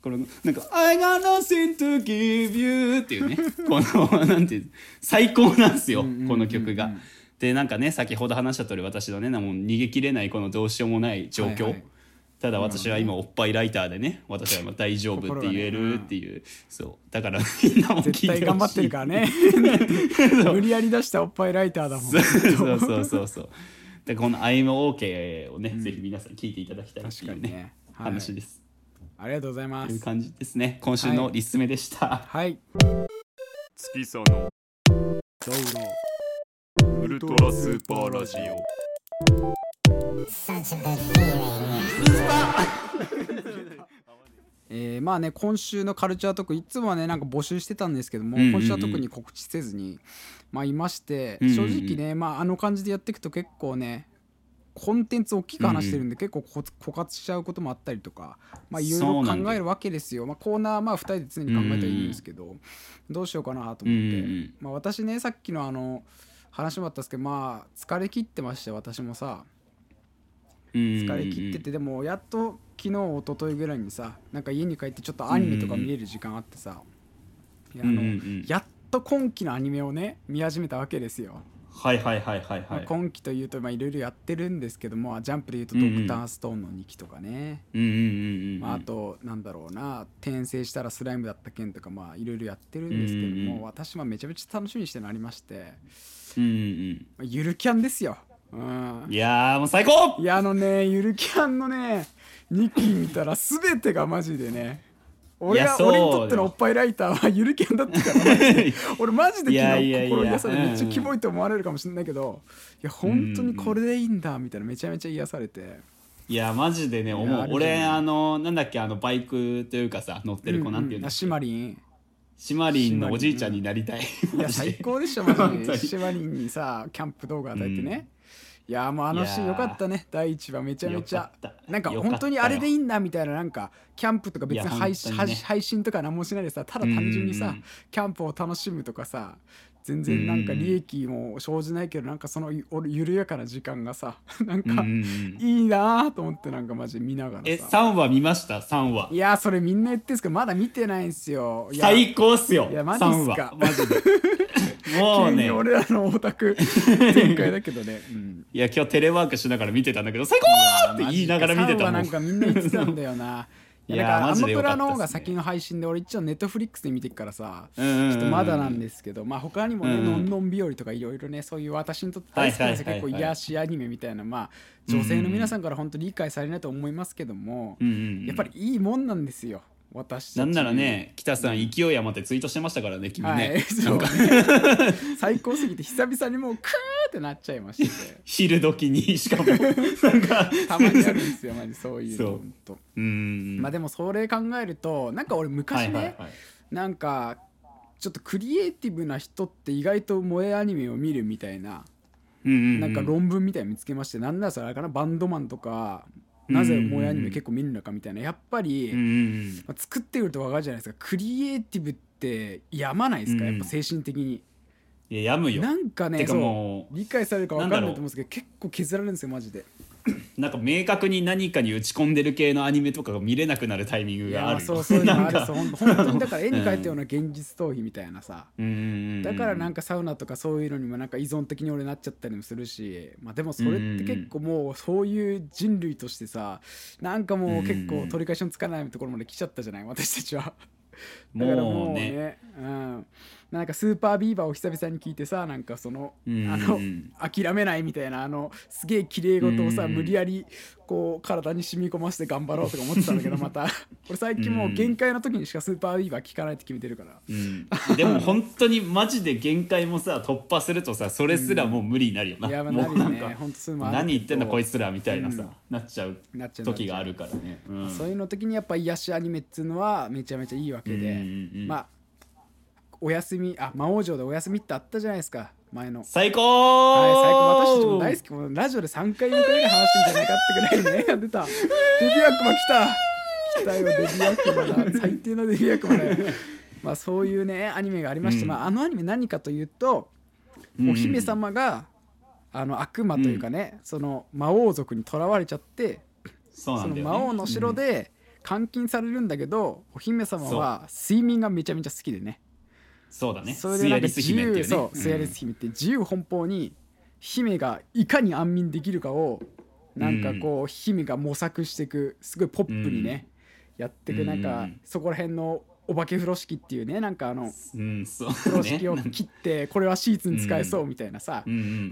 このなんか「I got nothing to give you」って いうねこのなんていう最高なんですよこの曲が。でなんかね先ほど話した通り私のねもう逃げきれないこのどうしようもない状況、
はいはい
ただ私は今おっぱいライターでね私は今大丈夫って言えるっていう、そうだからみんなも
うん、
聞
絶
い
対
て
頑
ほ
張っ
してい
るから ね。無理やり出したおっぱいライターだもん。
そうそうそうそう。でこの「I'm OK」をね、ぜひ皆さん聞いていただきたいってい
確か
う
に
ね
ね。はい、
話です。
ありがとうございま
という
す。
感じですね。今週のリスメでした。
はい、
月さの
どうぞ。
ウルトラスーパーラジオ
えー、まあね今週のカルチャートークいつもはねなんか募集してたんですけども、
うんうんうん
今週は特に告知せずに、まあ、いまして、
うんうんうん
正直ね、まあ、あの感じでやっていくと結構ねコンテンツ大きく話してるんで、結構こ枯渇しちゃうこともあったりとか、まあ、いろい
そう
ろ
なんだよ
考えるわけですよ、まあ、コーナーまあ2人で常に考えたらいいんですけど、どうしようかなと
うん
思
う
って、
ん
まあ、私ねさっきのあの話もあったんですけどまあ疲れ切ってまして私もさ、
うん、
疲れ切っててでもやっと昨日一昨日ぐらいにさなんか家に帰ってちょっとアニメとか見れる時間あってさ、いやあ
うんうん
の
うんうん
やっと今期のアニメをね見始めたわけですよ、
はいはいはいはい
まあ
はい。
今期というとまあいろいろやってるんですけどもまあジャンプでいうと「
うん
ド
うん
クターストーン」の2期とかね、
うんうんうんうん。
まあ、あとなんだろうな転生したらスライムだった件とかまあいろいろやってるんですけども、
うんうん
私はめちゃめちゃ楽しみにしてるのありまして、
うんうん
まあゆるキャンですよ、うん
うん。いやーもう最高
い。やあのねゆるキャンのね2期見たら全てがマジでね俺
いや
は
そう
俺にとってのおっぱいライターはゆるキャンだったからマジで俺マジ
い
で昨日
やいやいや
心癒され
うん
めっちゃキモいと思われるかもしれないけどいや本当にこれでいいんだみたいなめちゃめちゃ癒されて
いやマジでね思
いやあ
う。
るじゃない
俺あのなんだっけあのバイクというかさ乗ってる子、
うん
なんていう
あ
の。
シマリン
シマリンのおじいちゃんになりたい。
いや最高でしょ マ
本
ジ
当
で
に
シマリンにさキャンプ動画与えてねいやーもうあのシーン
いや
よ
ー
かったね第1話めちゃめち
よ
ゃ
かった
なんか本当にあれでいいんだみたいななんかキャンプとか別
い
に
や
配
本当
信
にね
配信とか何もしないでさただ単純に
うんう
さ
んうん
キャンプを楽しむとかさ全然なんか利益も生じないけどなんかそのゆ緩やかな時間がさ なん
うんう
か
ん
いいなーと思ってなんかマジで見なが
え
らさ
3話見ました3話
いやーそれみんな言ってんすけどまだ見てないんすよいや
最高っすよ
いやマジっ
3
す
話
か
マジでもう
急
ね
に俺らのオタク展開だけ どね、うん
いや今日テレワークしながら見てたんだけど最高って言いながら見てた
マジかサンは
も
なんんかみんな言ってたんだよな。い
い
や
や
なんか
マ
ア
ジ
マ
でよ
プ
かったっすね
ラの方が先の配信で俺一応ネットフリックスで見てっからさ、
うんうんうんうん
ちょっとまだなんですけど、まあ他にも
う
ね、
んうん
のんのん日和とかいろいろね、そういう私にとって大好きな
はいはい
結
はいはい
構癒やしアニメみたいな、まあ女性の皆さんから本当理解されないと思いますけども、
うんうんうん
やっぱりいいもんなんですよ、私たち
なんなら。ね北さん勢い余ってツイートしてましたからね君
はい、
ね
そうね最高すぎて久々にもうクーってなっちゃいまして、
昼時に しかもなんか
たまにあるんですよ、マジそういうの。
そう
本当
うん
まあでもそれ考えるとなんか俺昔ね、
はい
なんかちょっとクリエイティブな人って意外と萌えアニメを見るみたいな、
うんうんうん
なんか論文みたいに見つけましてなんならそれあれかなバンドマンとかなぜ萌えアニメ結構見るのかみたいなやっぱり、
うんうん
まあ作ってくると分かるじゃないですかクリエイティブってやまないですか、
うん
やっぱ精神的に
うんいややむよ
なんかね
てか
そう
も
理解されるか分かんないと
なんだろう
思うんですけど結構削られるんですよマジで
うなんか明確に何かに打ち込んでる系のアニメとかが見れなくなるタイミング
い
が
や
あ
まあ
る
そうそういうのも あるそうほん本当にだから絵に
うん
描いたような現実逃避みたいなさ、だ
だ
からなん
か
かサウナとかそういうのにもなんか依存的に俺なっちゃったりもするし、まあ、でもそれって結構もうそういう人類としてさなんかもう結構取り返しのつかないところまで来ちゃったじゃない 私たちは。だから
もうね
うん、なんかスーパービーバーを久々に聞いてさなんかその、
うん
あの諦めないみたいなあのすげえ綺麗事をさ、
うん
無理やりこう体に染み込ませて頑張ろうとか思ってたんだけど また俺最近もう限界の時にしかスーパービーバー聞かないって決めてるから。
うんでも本当にマジで限界もさ突破するとさそれすらもう無理になるよな,、
いやまあな
も
る
うな
よ
ん
ね
か、
本当そういうのもあるけど
何言ってんだこいつらみたいなさ、
うん
なっちゃう
なっちゃう
時があるからね、うん
まあそういうの時にやっぱ癒しアニメっつうのはめちゃめちゃいいわけで、
うんうんうん
まあお休みあ魔王城でお休みってあったじゃないですか前の。
最高
はい、最高私たち
ー
も大好きもうラジオで3回4回ぐらい話してんじゃないかってぐらいね出た デビュー悪魔来た来たよデビュー悪魔だ最低のデビュー悪魔だよまあそういうねアニメがありまして、
うん
まあ、あのアニメ何かというと、
うん
お姫様があの悪魔というかね、その魔王族にとらわれちゃって
そうな
そ
ん
の
だよ、ね、
魔王の城で監禁されるんだけど、お姫様は睡眠がめちゃめちゃ好きでね
うんそうだね
それでなんか自由
スヤリス姫っていうね
そうスヤリス姫って自由奔放に姫がいかに安眠できるかをなんかこう姫が模索していくすごいポップにね、やっていくなんか、
うん
そこら辺のお化け風呂敷っていうねなんかあの
うん、うんそう
風呂
ね
敷を 切ってこれはシーツに使えそうみたいなさ、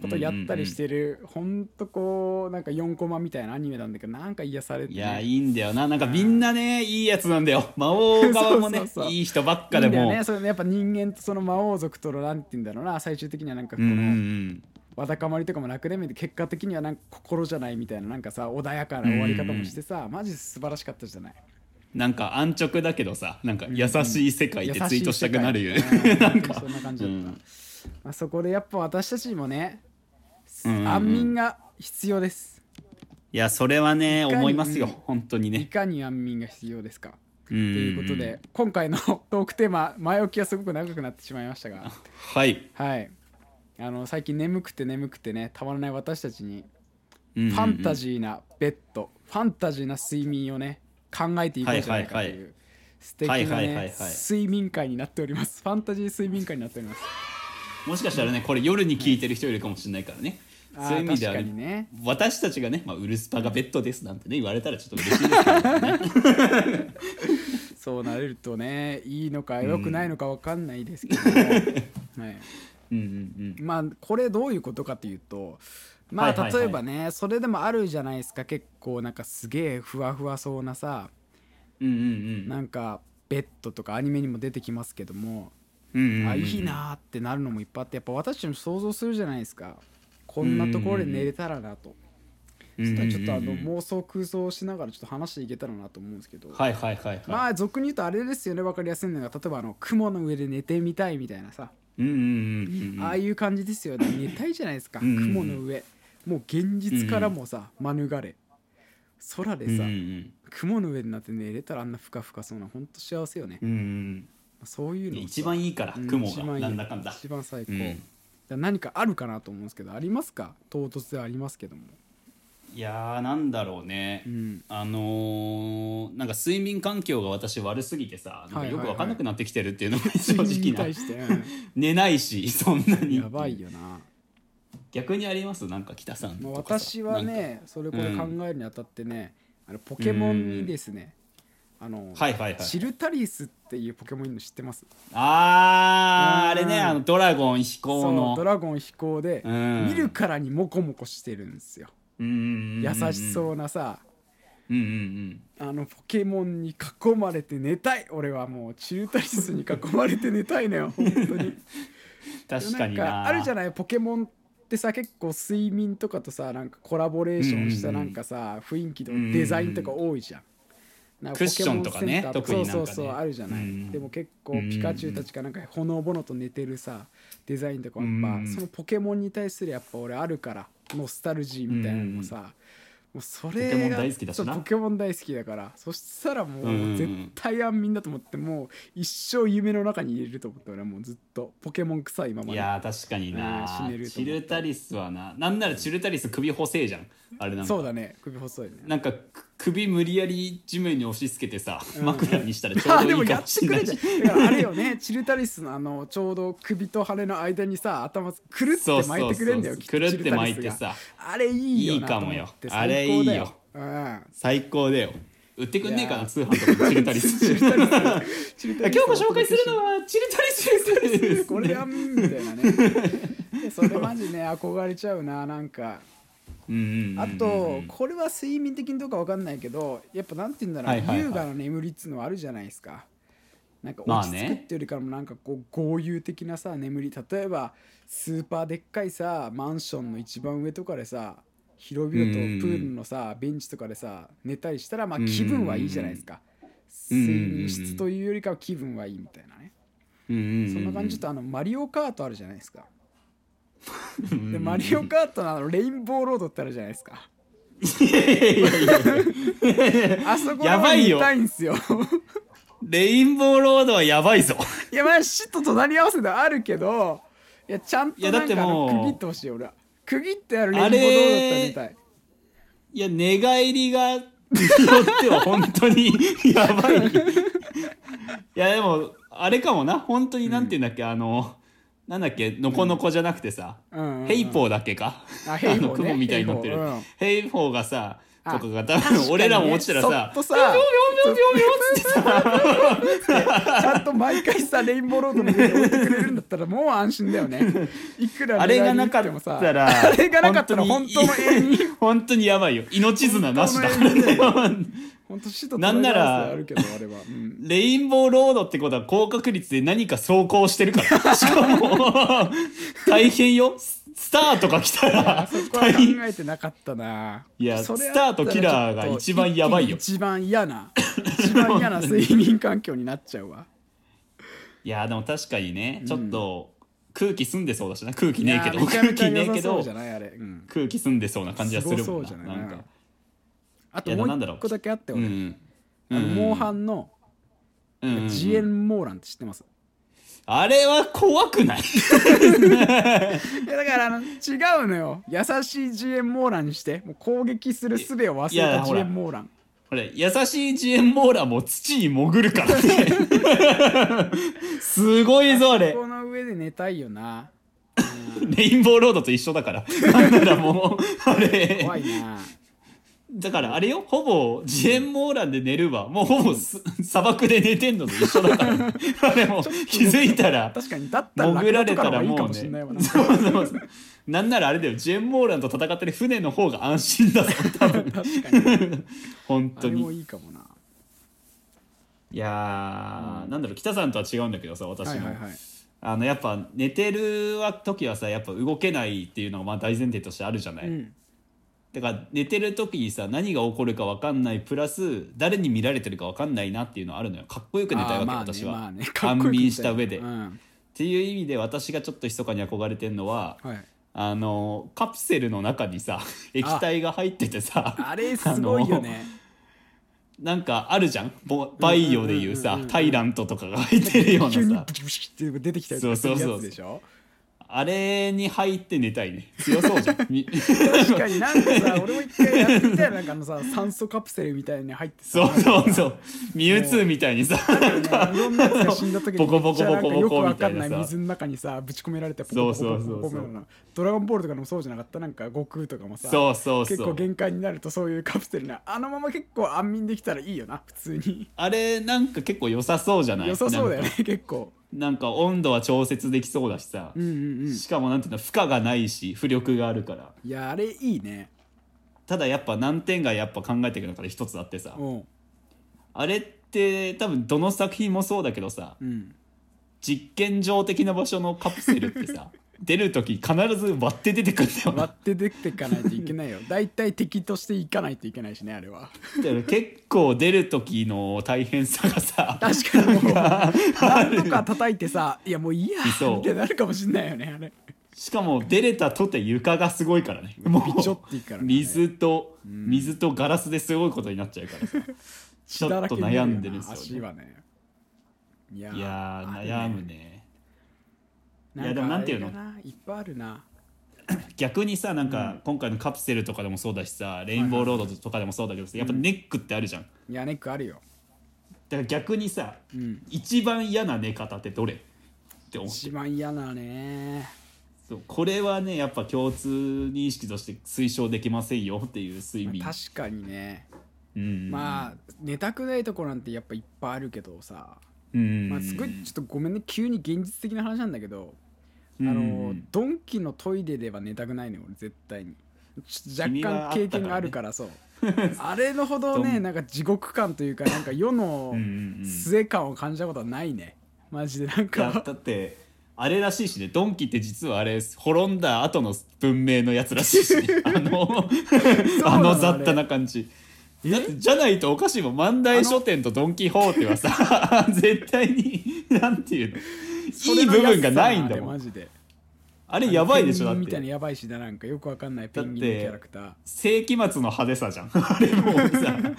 ことやったりし、てる、ほんとこうなんか4コマみたいなアニメなんだけどなんか癒され
うんうんうんうんいや
て、ね、
いいんだよななんかみんなねいいやつなんだよ魔王側もね
そうそうそう
いい人ばっかでも
いいんだよね、それねやっぱ人間とその魔王族とのなんて言うんだろうな最終的にはなんかこ
うんうんう
の
ん
わだかまりとかもなくでめて結果的にはなんか心じゃないみたいななんかさ穏やかな終わり方もしてさ、マジ素晴らしかったじゃない
なんか安直だけどさなんか優しい世界って
優
ツイートしたくなるよね
しい世 界
な
うん
ん
本当
か
にそんな感じだった、
うん
まあ、そこでやっぱ私たちにもね、
うんうんうん
安眠が必要です
いやそれはね
いかに
思いますよ
うん
本当に
い
ね
かに安眠が必要ですか
と
ということで、今回のトークテーマ前置きはすごく長くなってしまいまし たが
はい
はいあの最近眠くて眠くてねたまらない私たちに
フ
ファンタ
ー
ジーなベッド、ファンタジーな睡眠をね考えていこうじゃないかと
は
いう、
いはいは
素敵な、
は
ね
いはいはいはい
睡眠会になっておりますファンタジー睡眠会になっております
もしかしたらねこれ夜に聞いてる人いるかもしれないからね
あー
そういう意味では
確かにね
私たちがね、まあ、ウルスパがベッドですなんてね言われたらちょっと嬉しいです けどね
そうなれるとねいいのか良くないのか分かんないですけど、 はい、
うんうん
まあこれどういうことかというとまあ
はいはいはい
例えばね、それでもあるじゃないですか結構なんかすげえふわふわそうなさ
うんうんうん
なんかベッドとかアニメにも出てきますけども、
うんうんうん
あいいなーってなるのもいっぱいあってやっぱ私たちも想像するじゃないですかこんなところで寝れたらなと、
うんう
そ
ん
した
うん
らちょっとあの妄想空想しながらちょっと話していけたらなと思うんですけど、
はいはいはいはい、
まあ俗に言うとあれですよね分かりやすいのが例えばあの雲の上で寝てみたいみたいなさ、
うんうんうんうんうん
ああいう感じですよね寝たいじゃないですか、
うんうんうん
雲の上もう現実からもさ、免れ空でさ、
うん
雲の上になって寝れたらあんなふかふかそうなほんと幸せよね、
うんうん
そういうのをさ
一番いいから
うん
雲
一
が
番いい
なんだかんだ
一番最高、
うん
だから何かあるかなと思うんですけどありますか唐突ではありますけども
いやーなんだろうね、
うん
あのーなんか睡眠環境が私悪すぎてさなんかよくわかんなくなってきてるっていうのが 正
睡眠
直な
に対して、うん
寝ないしそんなに
やばいよな、
逆にありますなんか北さん
まあ、
とかさ
私はねそれこれ考えるにあたってね、あのポケモンにですね、あの、
なんかはいはいはい
シルタリスっていうポケモンいるの知ってます
あーあ
うん
れねあのドラゴン飛行
そう
の
ドラゴン飛行で、
うん
見るからにモコモコしてるんですよ優
優
しそうなさ
うんうんうん
あのポケモンに囲まれて寝たい俺はもうチルタリスに囲まれて寝たいのよ本当に
確かに
んか
な
あるじゃ
ない
ないポケモンってさ結構睡眠とかとさなんかコラボレーションした
うんうん
な
うん
んかさ、雰囲気とかデザインとか多いじゃん。なんか
クッションとかね
ポケモン
特になんかね
センターそうそうそうあるじゃない、
うん
でも結構ピカチュウたちがなんかほのぼのと寝てるさデザインとかはやっぱ、
うん
そのポケモンに対するやっぱ俺あるからノスタルジーみたいなのもさ、もうそれが
ポケモン大好きだしな
そうポケモン大好きだからそしたらも
うんうんう
うん絶対安眠だと思ってもう一生夢の中に入れると思って俺はもうずっとポケモン臭いまま
い
で
やー確かにな
うん死ねると
チ
思った
ルタリスはななんならチルタリス首補正じゃんあれなん
そう
か
だね首細いね
なんかく首無理やり地面に押し付けてさ
うん
枕にしたらちょ
あ
う
で
どい
も
いか
や
も
っ
してれ
く
ない
れじゃ
し
んだからあれよねチルタリスのあのちょうど首と羽の間にさ頭くるって
そうそう
巻い
そう
てくれんだよ
くるって巻いて
チルタリ
さ
スがあれいいよない
いかもよ
と思って
あれいいよ
最高だよ
最高だよ売ってくんねえか
いや
な通販とかでチルタリス
チルタリうんチルタ
今
リ
日
ス
ご紹介するのはチルタリスです
これやんみたい なねでそれマジね憧れちゃうななんか
うんうんうんうん
あとこれは睡眠的にどうかわかんないけどやっぱなんて言うんだろう、
はいはいはい
優雅な眠りっつうのはあるじゃないですかなんか
まあ
落ち着く
ね
っていうよりかもなんかこう豪遊的なさ眠り例えばスーパーでっかいさマンションの一番上とかでさ広々と
うん
プールのさベンチとかでさ寝たりしたらまあ
うん
気分はいいじゃないですか
うん
睡眠質というよりかは気分はいいみたいなね
うんうんうん
そんな感じとあのマリオカートあるじゃないですか
うん
でマリオカートのあのレインボーロードってあるじゃないですか
いやいやいや
あそこ
やばいよ
見たいんですよ。
レインボーロードはやばいぞ
いや、まあ、シと隣り合わせではあるけど、いや、ちゃんと
いや
な
だ
ん
って
かあの
もう
区切ってほしい、俺は。区切ってやるレイン
あ
ボ
れ
ーロードだったら見たい。
いや寝返りがによっては本当 にやばいいやでもあれかもな本当になんて言うんだっけ、あのなんだっけのこのこじゃなくてさ、
うんうんうん
ヘイポーだっけか
あヘイポーね
の雲みたいになってる
ヘイポーうん
ヘイポーがさ
あ
とかが多分 俺らも落ちたらさ
そっとさ
ピョンピョンピョンピョンピョンってさ
ちゃんと毎回さ、レインボーロードの上に置いてくれるんだったら、もう安心だ よね。いくら
あれがなか
狙い
っ
に行ても
たら
さあれがなかったら本当の永遠に。
本当にやばいよ命綱なしだからね
本当死と隣り合わせではあるけど、あれは。うん
レインボーロードってことは高確率で何か走行してる から。しかも、大変よ。ススターとか来た
あ
ら
そ、こは
大
考
変。
えてなかったな。
いや
それあったら
スターとキラーが一番やばいよ
一番嫌な、一番嫌な睡眠環境になっちゃうわ。
いや、でも確かにね、ちょっと空気澄んでそうだしな。空気ねえけ
い
ど、
やめちゃめ
空
ちゃ
気ね
良
えけ
さそう
ど
じゃ、ないあれ。うん
空気澄んでそうな感じはする
す
も
ご
ん
そうじゃ
な。
な
な
い
んか、
あ
い
と
や
もう
なんだろう
一個だけあって、
う
俺
ん。
あの
うん
モンハンの
うんうん
ジエンモーランって知ってます
あれは怖くない
いやだからあの違うのよ。優しいジエンモーランにして、もう攻撃する術を忘
い
れ
や
たジ
ほ
エ
ら
ンモーラン。
これ、優しいジエンモーラも土に潜るからね。 すごいぞ、あれ。
この上で寝たいよな。
レインボーロードと一緒だから。なんならもう、あれ
怖、いな。
だからあれよ、ほぼ、ジエンモーランで寝るわ。もうほぼす、砂漠で寝てんのと一緒だ から。あれも、気づいたら、
確かに、だったら
潜られたら
ラクダとかの方がいい
も
か
う
もしんないわ
ね。
な。
そうそうそう。なんならあれだよ、ジエンモーランと戦ってる船の方が安心だぞ、多分。
確かに。
本
あ
当
れも
に。
いいかもな。
いやー、なんだろう、北さんとは違うんだけどさ、私
はい
も
はい。はい。
あの、やっぱ、寝てる時はさ、やっぱ動けないっていうのがまあ大前提としてあるじゃない。
うん。
だから寝てる時にさ何が起こるか分かんないプラス誰に見られてるか分かんないなっていうのはあるのよかっこよく寝たいわけ、
あーまあね
私は、
まあねかっこよ
安
く寝たい
眠した上で、
う
っ
ん。
ていう意味で私がちょっと密かに憧れてるのは
はい。
あのカプセルの中に さ液体が入っててさ
あれすごいよね
なんかあるじゃんぼバイオでいう
うん
さ
うんうんうん
タイラントとかが入ってるよう
急に
なさ
ブチブチって出てきたりとかするやつでしょ
あれに入って寝たいね強そうじゃん み
確かになんかさ俺も一回やってみたいなんか あのさ酸素カプセルみたいに入ってさ
そうそうそうミュウツーみたいにさ
なんかいろんなやつが死んだ時に
ボコボコボコボコ
めっちゃなんかよくわかん
み
な
たい
い
なさ
水の中にさぶち込められてポ
そうそうそうそう
ポコポコポコポコポコみたいなドラゴンボールとかでもそうじゃなかったなんか悟空とかもさ
そうそう
結
そ
構
う
限界になるとそういうカプセルなあのまま結構安眠できたらいいよな普通に
あれなんか結構良さそうじゃない
良さそうだよ
なん
ね
か
結構
なんか温度は調節できそうだしさ、
うんうんうん
しかもなんていうの負荷がないし浮力があるから
いやあれいいね
ただやっぱ難点がやっぱ考えていく中で一つあってさ
うん
あれって多分どの作品もそうだけどさ
うん
実験場的な場所のカプセルって さ出る時必ず割って出てくるんだよな
割って出てかないといけ ないよ大体敵としていかないといけないしねあれは
だから結構出る時の大変さがさ
確かにもう何とか叩いてさいやもういいや
いそう
ってなるかもしんないよねあれ
しかも出れたとて床がすごいからねも
びちょっていいから
う
ね
水と水とガラスですごいことになっちゃうからさちょっと悩んでるんです
足
よ、ね、
はねいや
いや
あ
ー
る
悩むね
ね
いやでもなんていうの
かあれだないっぱいあるな
逆にさなんか今回のカプセルとかでもそうだしさレインボーロードとかでもそうだけどさやっぱネックってあるじゃんだか
いやネックあるよ
ら逆にさ
うん
一番嫌な寝方ってどれって思う
一番嫌なね
そうこれはねやっぱ共通認識として推奨できませんよっていう睡眠
まあ確かにね
うん
まあ寝たくないとこなんてやっぱいっぱいあるけどさ
うん
まあすごいちょっとごめんね急に現実的な話なんだけど
う
あ
ん
のドンキのトイレでは寝たくないね俺絶対にちょっと若干経験があるか らそうあれのほど
ド
ね
ン
なんか地獄感というかなんか世の
うんうんうん
末感を感じたことはないねマジでなん
いや
か
だってあれらしいしねドンキって実はあれ滅んだ後の文明のやつらしい し、ね、あのあの雑多な感じだってじゃないとおかしいもん万代書店とドン・キホーテは さ絶対になんていうのいい部分がないんだも
マ
ん
ジで
あれやばいでしょ
ペ
だ
ンギ
っ
ンみたいな
て
やばいしだなんかよくわかんないペンギンのキ
だって
ャラクター
世紀末の派手さじゃん あれもうさ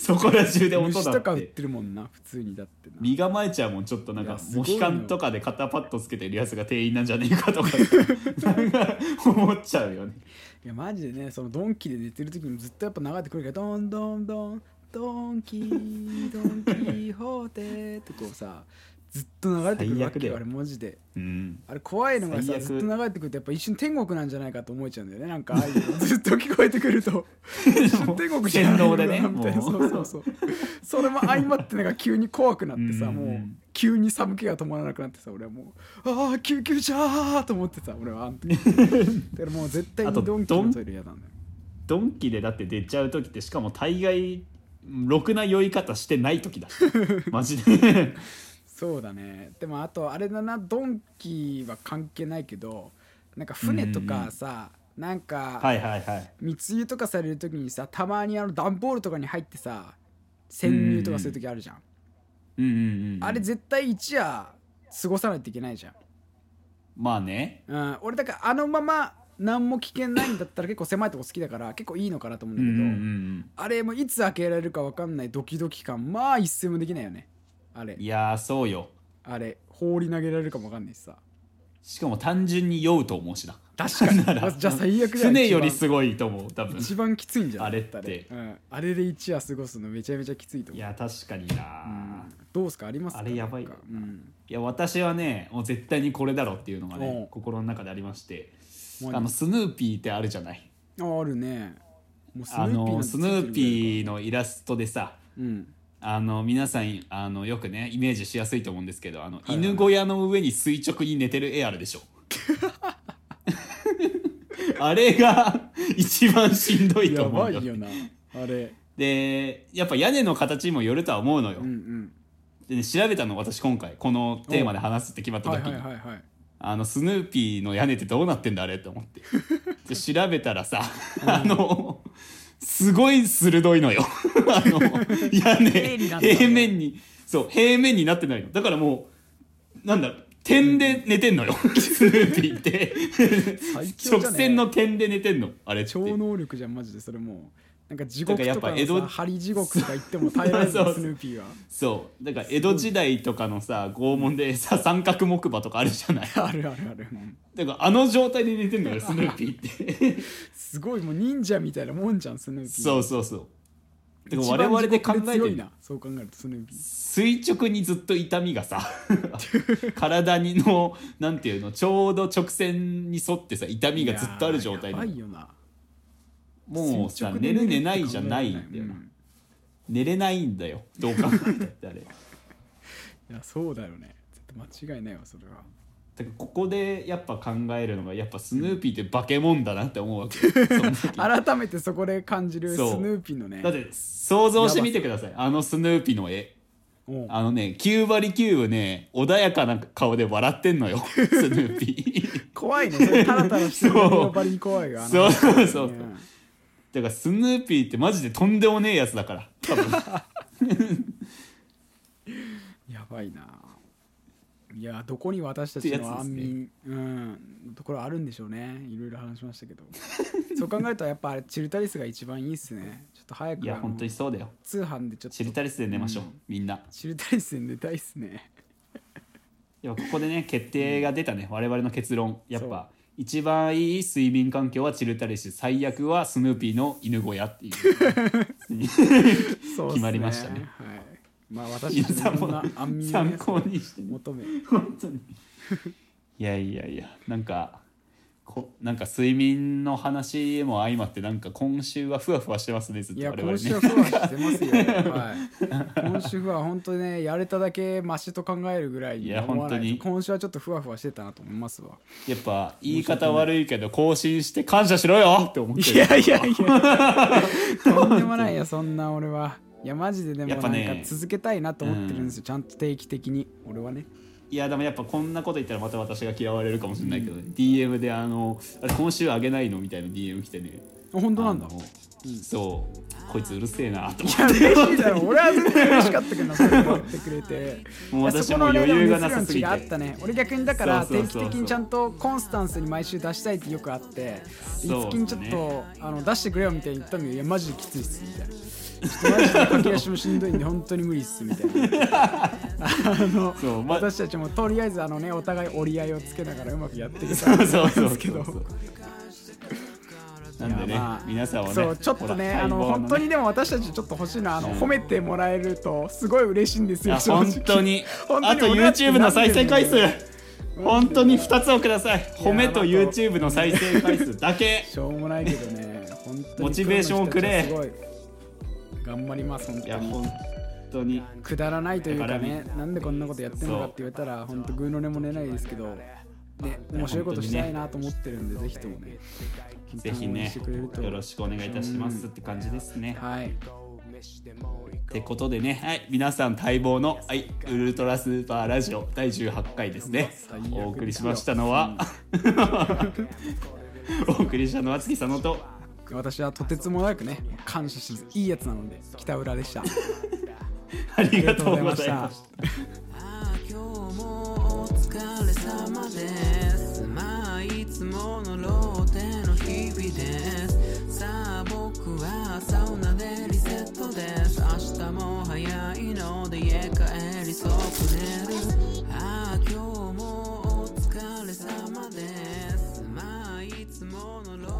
そこら中で音
虫
だ
とか
っ
売っててるもんな普通にだってな
身構えちゃうもんちょっとなん
いや
か
すご
モ
いよ
ヒカンとかで肩パッドつけてるやつが店員なんじゃねえかとかなんか思っちゃうよね
いやマジでねそのドンキで寝てる時にずっとやっぱ流れてくるからドンドンドンドンキードンキーホーテーってこうさずっと流れてくるわ
最悪だ
け
よ
よあれマジで
うん
あれ怖いのが
最
さ
悪
ずっと流れてくるとやっぱ一瞬天国なんじゃないかと思えちゃうんだよねなんかああいうのずっと聞こえてくると一瞬天国じゃな
洗
い
脳
の
で
か
ね
なみたいな
も
そううそうそうそれも相まってなんか急に怖くなって
う
さ
ん
もう急に寒気が止まらなくなってさ俺はもうああ救急車ーと思ってさ俺 はあん時だからもう絶対
あと
にドンキのトイレ嫌なんだよ
ドンキでだって出ちゃう時ってしかも大概ろくな酔い方してない 時だマジで
そうだねでもあとあれだなドンキは関係ないけどなんか船とかさ、なん
は
か
いはいはい
密輸とかされる時にさたまにあの段ボールとかに入ってさ潜入とかする時あるじゃん、
うんうんうん
あれ絶対一夜過ごさないといけないじゃん、
まあね
うん、俺だからあのまま何も危険ないんだったら結構狭いとこ好きだから結構いいのかなと思うん
う
だ
ん
け
うん
ど、
うん
あれもいつ開けられるか分かんないドキドキ感まあ一睡もできないよねあれ
いやーそうよ
あれ放り投げられるかも分かんないしさ
しかも単純に酔うと思うしな
確かに
なら
じゃあ最悪だ
船 より
一
すごいと思う多分
番一番きついんじゃない
あれって
うん、あれで一夜過ごすのめちゃめちゃきつい
い
と思う
や確かにな、
うんどうすかありますか
あれやばい
なんかうん、
いや私はねもう絶対にこれだろっていうのが
お
ね
う
心の中でありまして
もう
あのスヌーピーってあるじゃない
ああるねもう
あのスヌーピーのイラストでさ
ーうん
あの皆さんあのよくねイメージしやすいと思うんですけどあの、犬小屋の上に垂直に寝てる絵あるでしょ あれが一番しんどいと
や
思
ば
うよ
いよなあれ
でやっぱ屋根の形にもよるとは思うのよ、
うんうん
でね調べたの私今回このテーマで話すって決まった
はい
時
はい
に、
はいはい
あのスヌーピーの屋根ってどうなってんだあれと思って で調べたらさ、あのすごい鋭いのよ あの屋根
鋭利なんだ
平面にそう平面になってないのだからもうなんだろう点で寝てんの よスヌーピーって
最強
直
じゃね
線の点で寝てんのあれって
超能力じゃんマジでそれもうなんか地獄
だ
と
から
か
やっぱ江戸
のさ針地獄とか行っても耐えられる
そうそ
の
う
スヌーピーは
そうだから江戸時代とかのさ拷問でさ三角木馬とかあるじゃない
あるあるあるうん
だからあの状態で寝てんの よスヌーピーって
すごいもう忍者みたいなもんじゃんスヌーピー
そうそうそうだから我々で考
一番
え
地
て
獄で強い
み
なそう考えるとスヌーピー
垂直にずっと痛みが さ体にのなんていうのちょうど直線に沿ってさ痛みがずっとある状態
いやーやば
で
いよな
もうさ
垂
寝
直で
る寝
って
ないじゃないんだよ
う
なん寝れないんだよどう考えたってあれだか
いやそうだよね絶対間違いないわそれは
らここでやっぱ考えるのがやっぱスヌーピーって化け物だなって思うわけよその時
改めてそこで感じるスヌ
そう
ーピーのね
だって想像してみてくださいあのスヌーピーの絵
うん
あのね9割9分ね穏やかな顔で笑ってん のよスヌーピー
怖いねそれタラタラしてる
そう
のバリに怖いよあの
そうそうそう
ね
だからスヌーピーってマジでとんでもねえやつだから多分
やばいないやどこに私たち
ってや
の
つです
安
ね
眠、うんところあるんでしょうねいろいろ話しましたけど そう考えるとやっぱあれチルタリスが一番いいっすねちょっと早く
いや
あの
本当にそうだよ
通販でちょっと
チルタリスで寝ましょう、みんな
チルタリスで寝たいっすね
でもここでね決定が出たね我々の結論やっぱ一番いい睡眠環境はチルタリス最悪はスヌーピーの犬小屋って いう
そうっすね
決まりましたね
はいまあ私
皆
たち
さん
の
も
な安眠の
参
ね
考にしてね
求め
本当にいやいやいやなんかこなんか睡眠の話も相まってなんか今週はふわふわしてますねずっ
い
と
や
我々ね
今週は不安してますよ、はい、今週は本当にねやれただけマシと考えるぐらい
い
に
や
思わない
本
と
当に
今週はちょっとふわふわしてたなと思いますわ
やっぱ言い方悪いけど更新して感謝しろよって思ってる
いやいやとんでもないよそんな俺はいやマジででも
やっ
な
ぱ
ん
ね
か続けたいなと思ってるんですよ、ちゃんと定期的に俺はね
いやでもやっぱこんなこと言ったらまた私が嫌われるかもしれないけどね、DM であの「あれ今週あげないの?」みたいな DM 来てね
あ本当なんだ
あのそうこいつうるせえなと思っ
嬉しいだろ俺は全然嬉しかったけ どそれ言ってくれて
てもう私
そこ
も
の
う
ね
余
で
裕
も
がな
熱量
さ
の
す
違
ぎ
い
て
あったね俺逆にだから
そうそ
定
う
期
そうそう
的にちゃんとコンスタンスに毎週出したいってよくあっていつ
そう
きにちょっ
ね
と、あの出してくれよみたいに言ったのよいやマジできついっすみたいな。ちょっとマジで駆け足もしんどいんで本当に無理っすみたいなあの
そうま
私たちもとりあえずあのねお互い折り合いをつけながらうまくやっていけた
そ
ら
うそうそう
ですけど
そうなんで
い
ね、
やまあ
皆さんはね
そうちょっとね
ほら
あの
待望
本当にでも私たちちょっと欲しいのはあの褒めてもらえるとすごい嬉しいんです
い
よ
や本当に
本当
あ
に
と
俺だって
YouTube の再生回数
なんで
本当に2つをください褒めと
いや
YouTube の再生回数だけ
しょうもないけどね、本当に
モチベーションをくれ
プロの人たちはすごい頑張ります、本
いや
当に。
本当に
くだらないというかね
だ、
なんでこんなことやってんのかって言われたら、本当、グーの根も出ないですけど、ね、面白いことしたいなと思ってるんで、ぜひともね、
ぜひ
応援
ね
してくれると
よろしくお願いいたしますって感じですね、
はい、
ってことでね、はい、皆さん待望の、はい、ウルトラスーパーラジオ第18回ですね
最悪です。よ
お送りしましたのは、 お送りしたのは月佐野と、
私はとてつもなくね、感謝しず、いいやつなので、北浦でした。
ありがとうござい
ありがとうござい
ま
ま
し
したた。
ああ今日もお疲れ様ですまあいつものローテの日々ですさあ僕はサウナでリセットです明日も早いので家帰りそく寝るああ今日もお疲れ様ですまあいつものローテ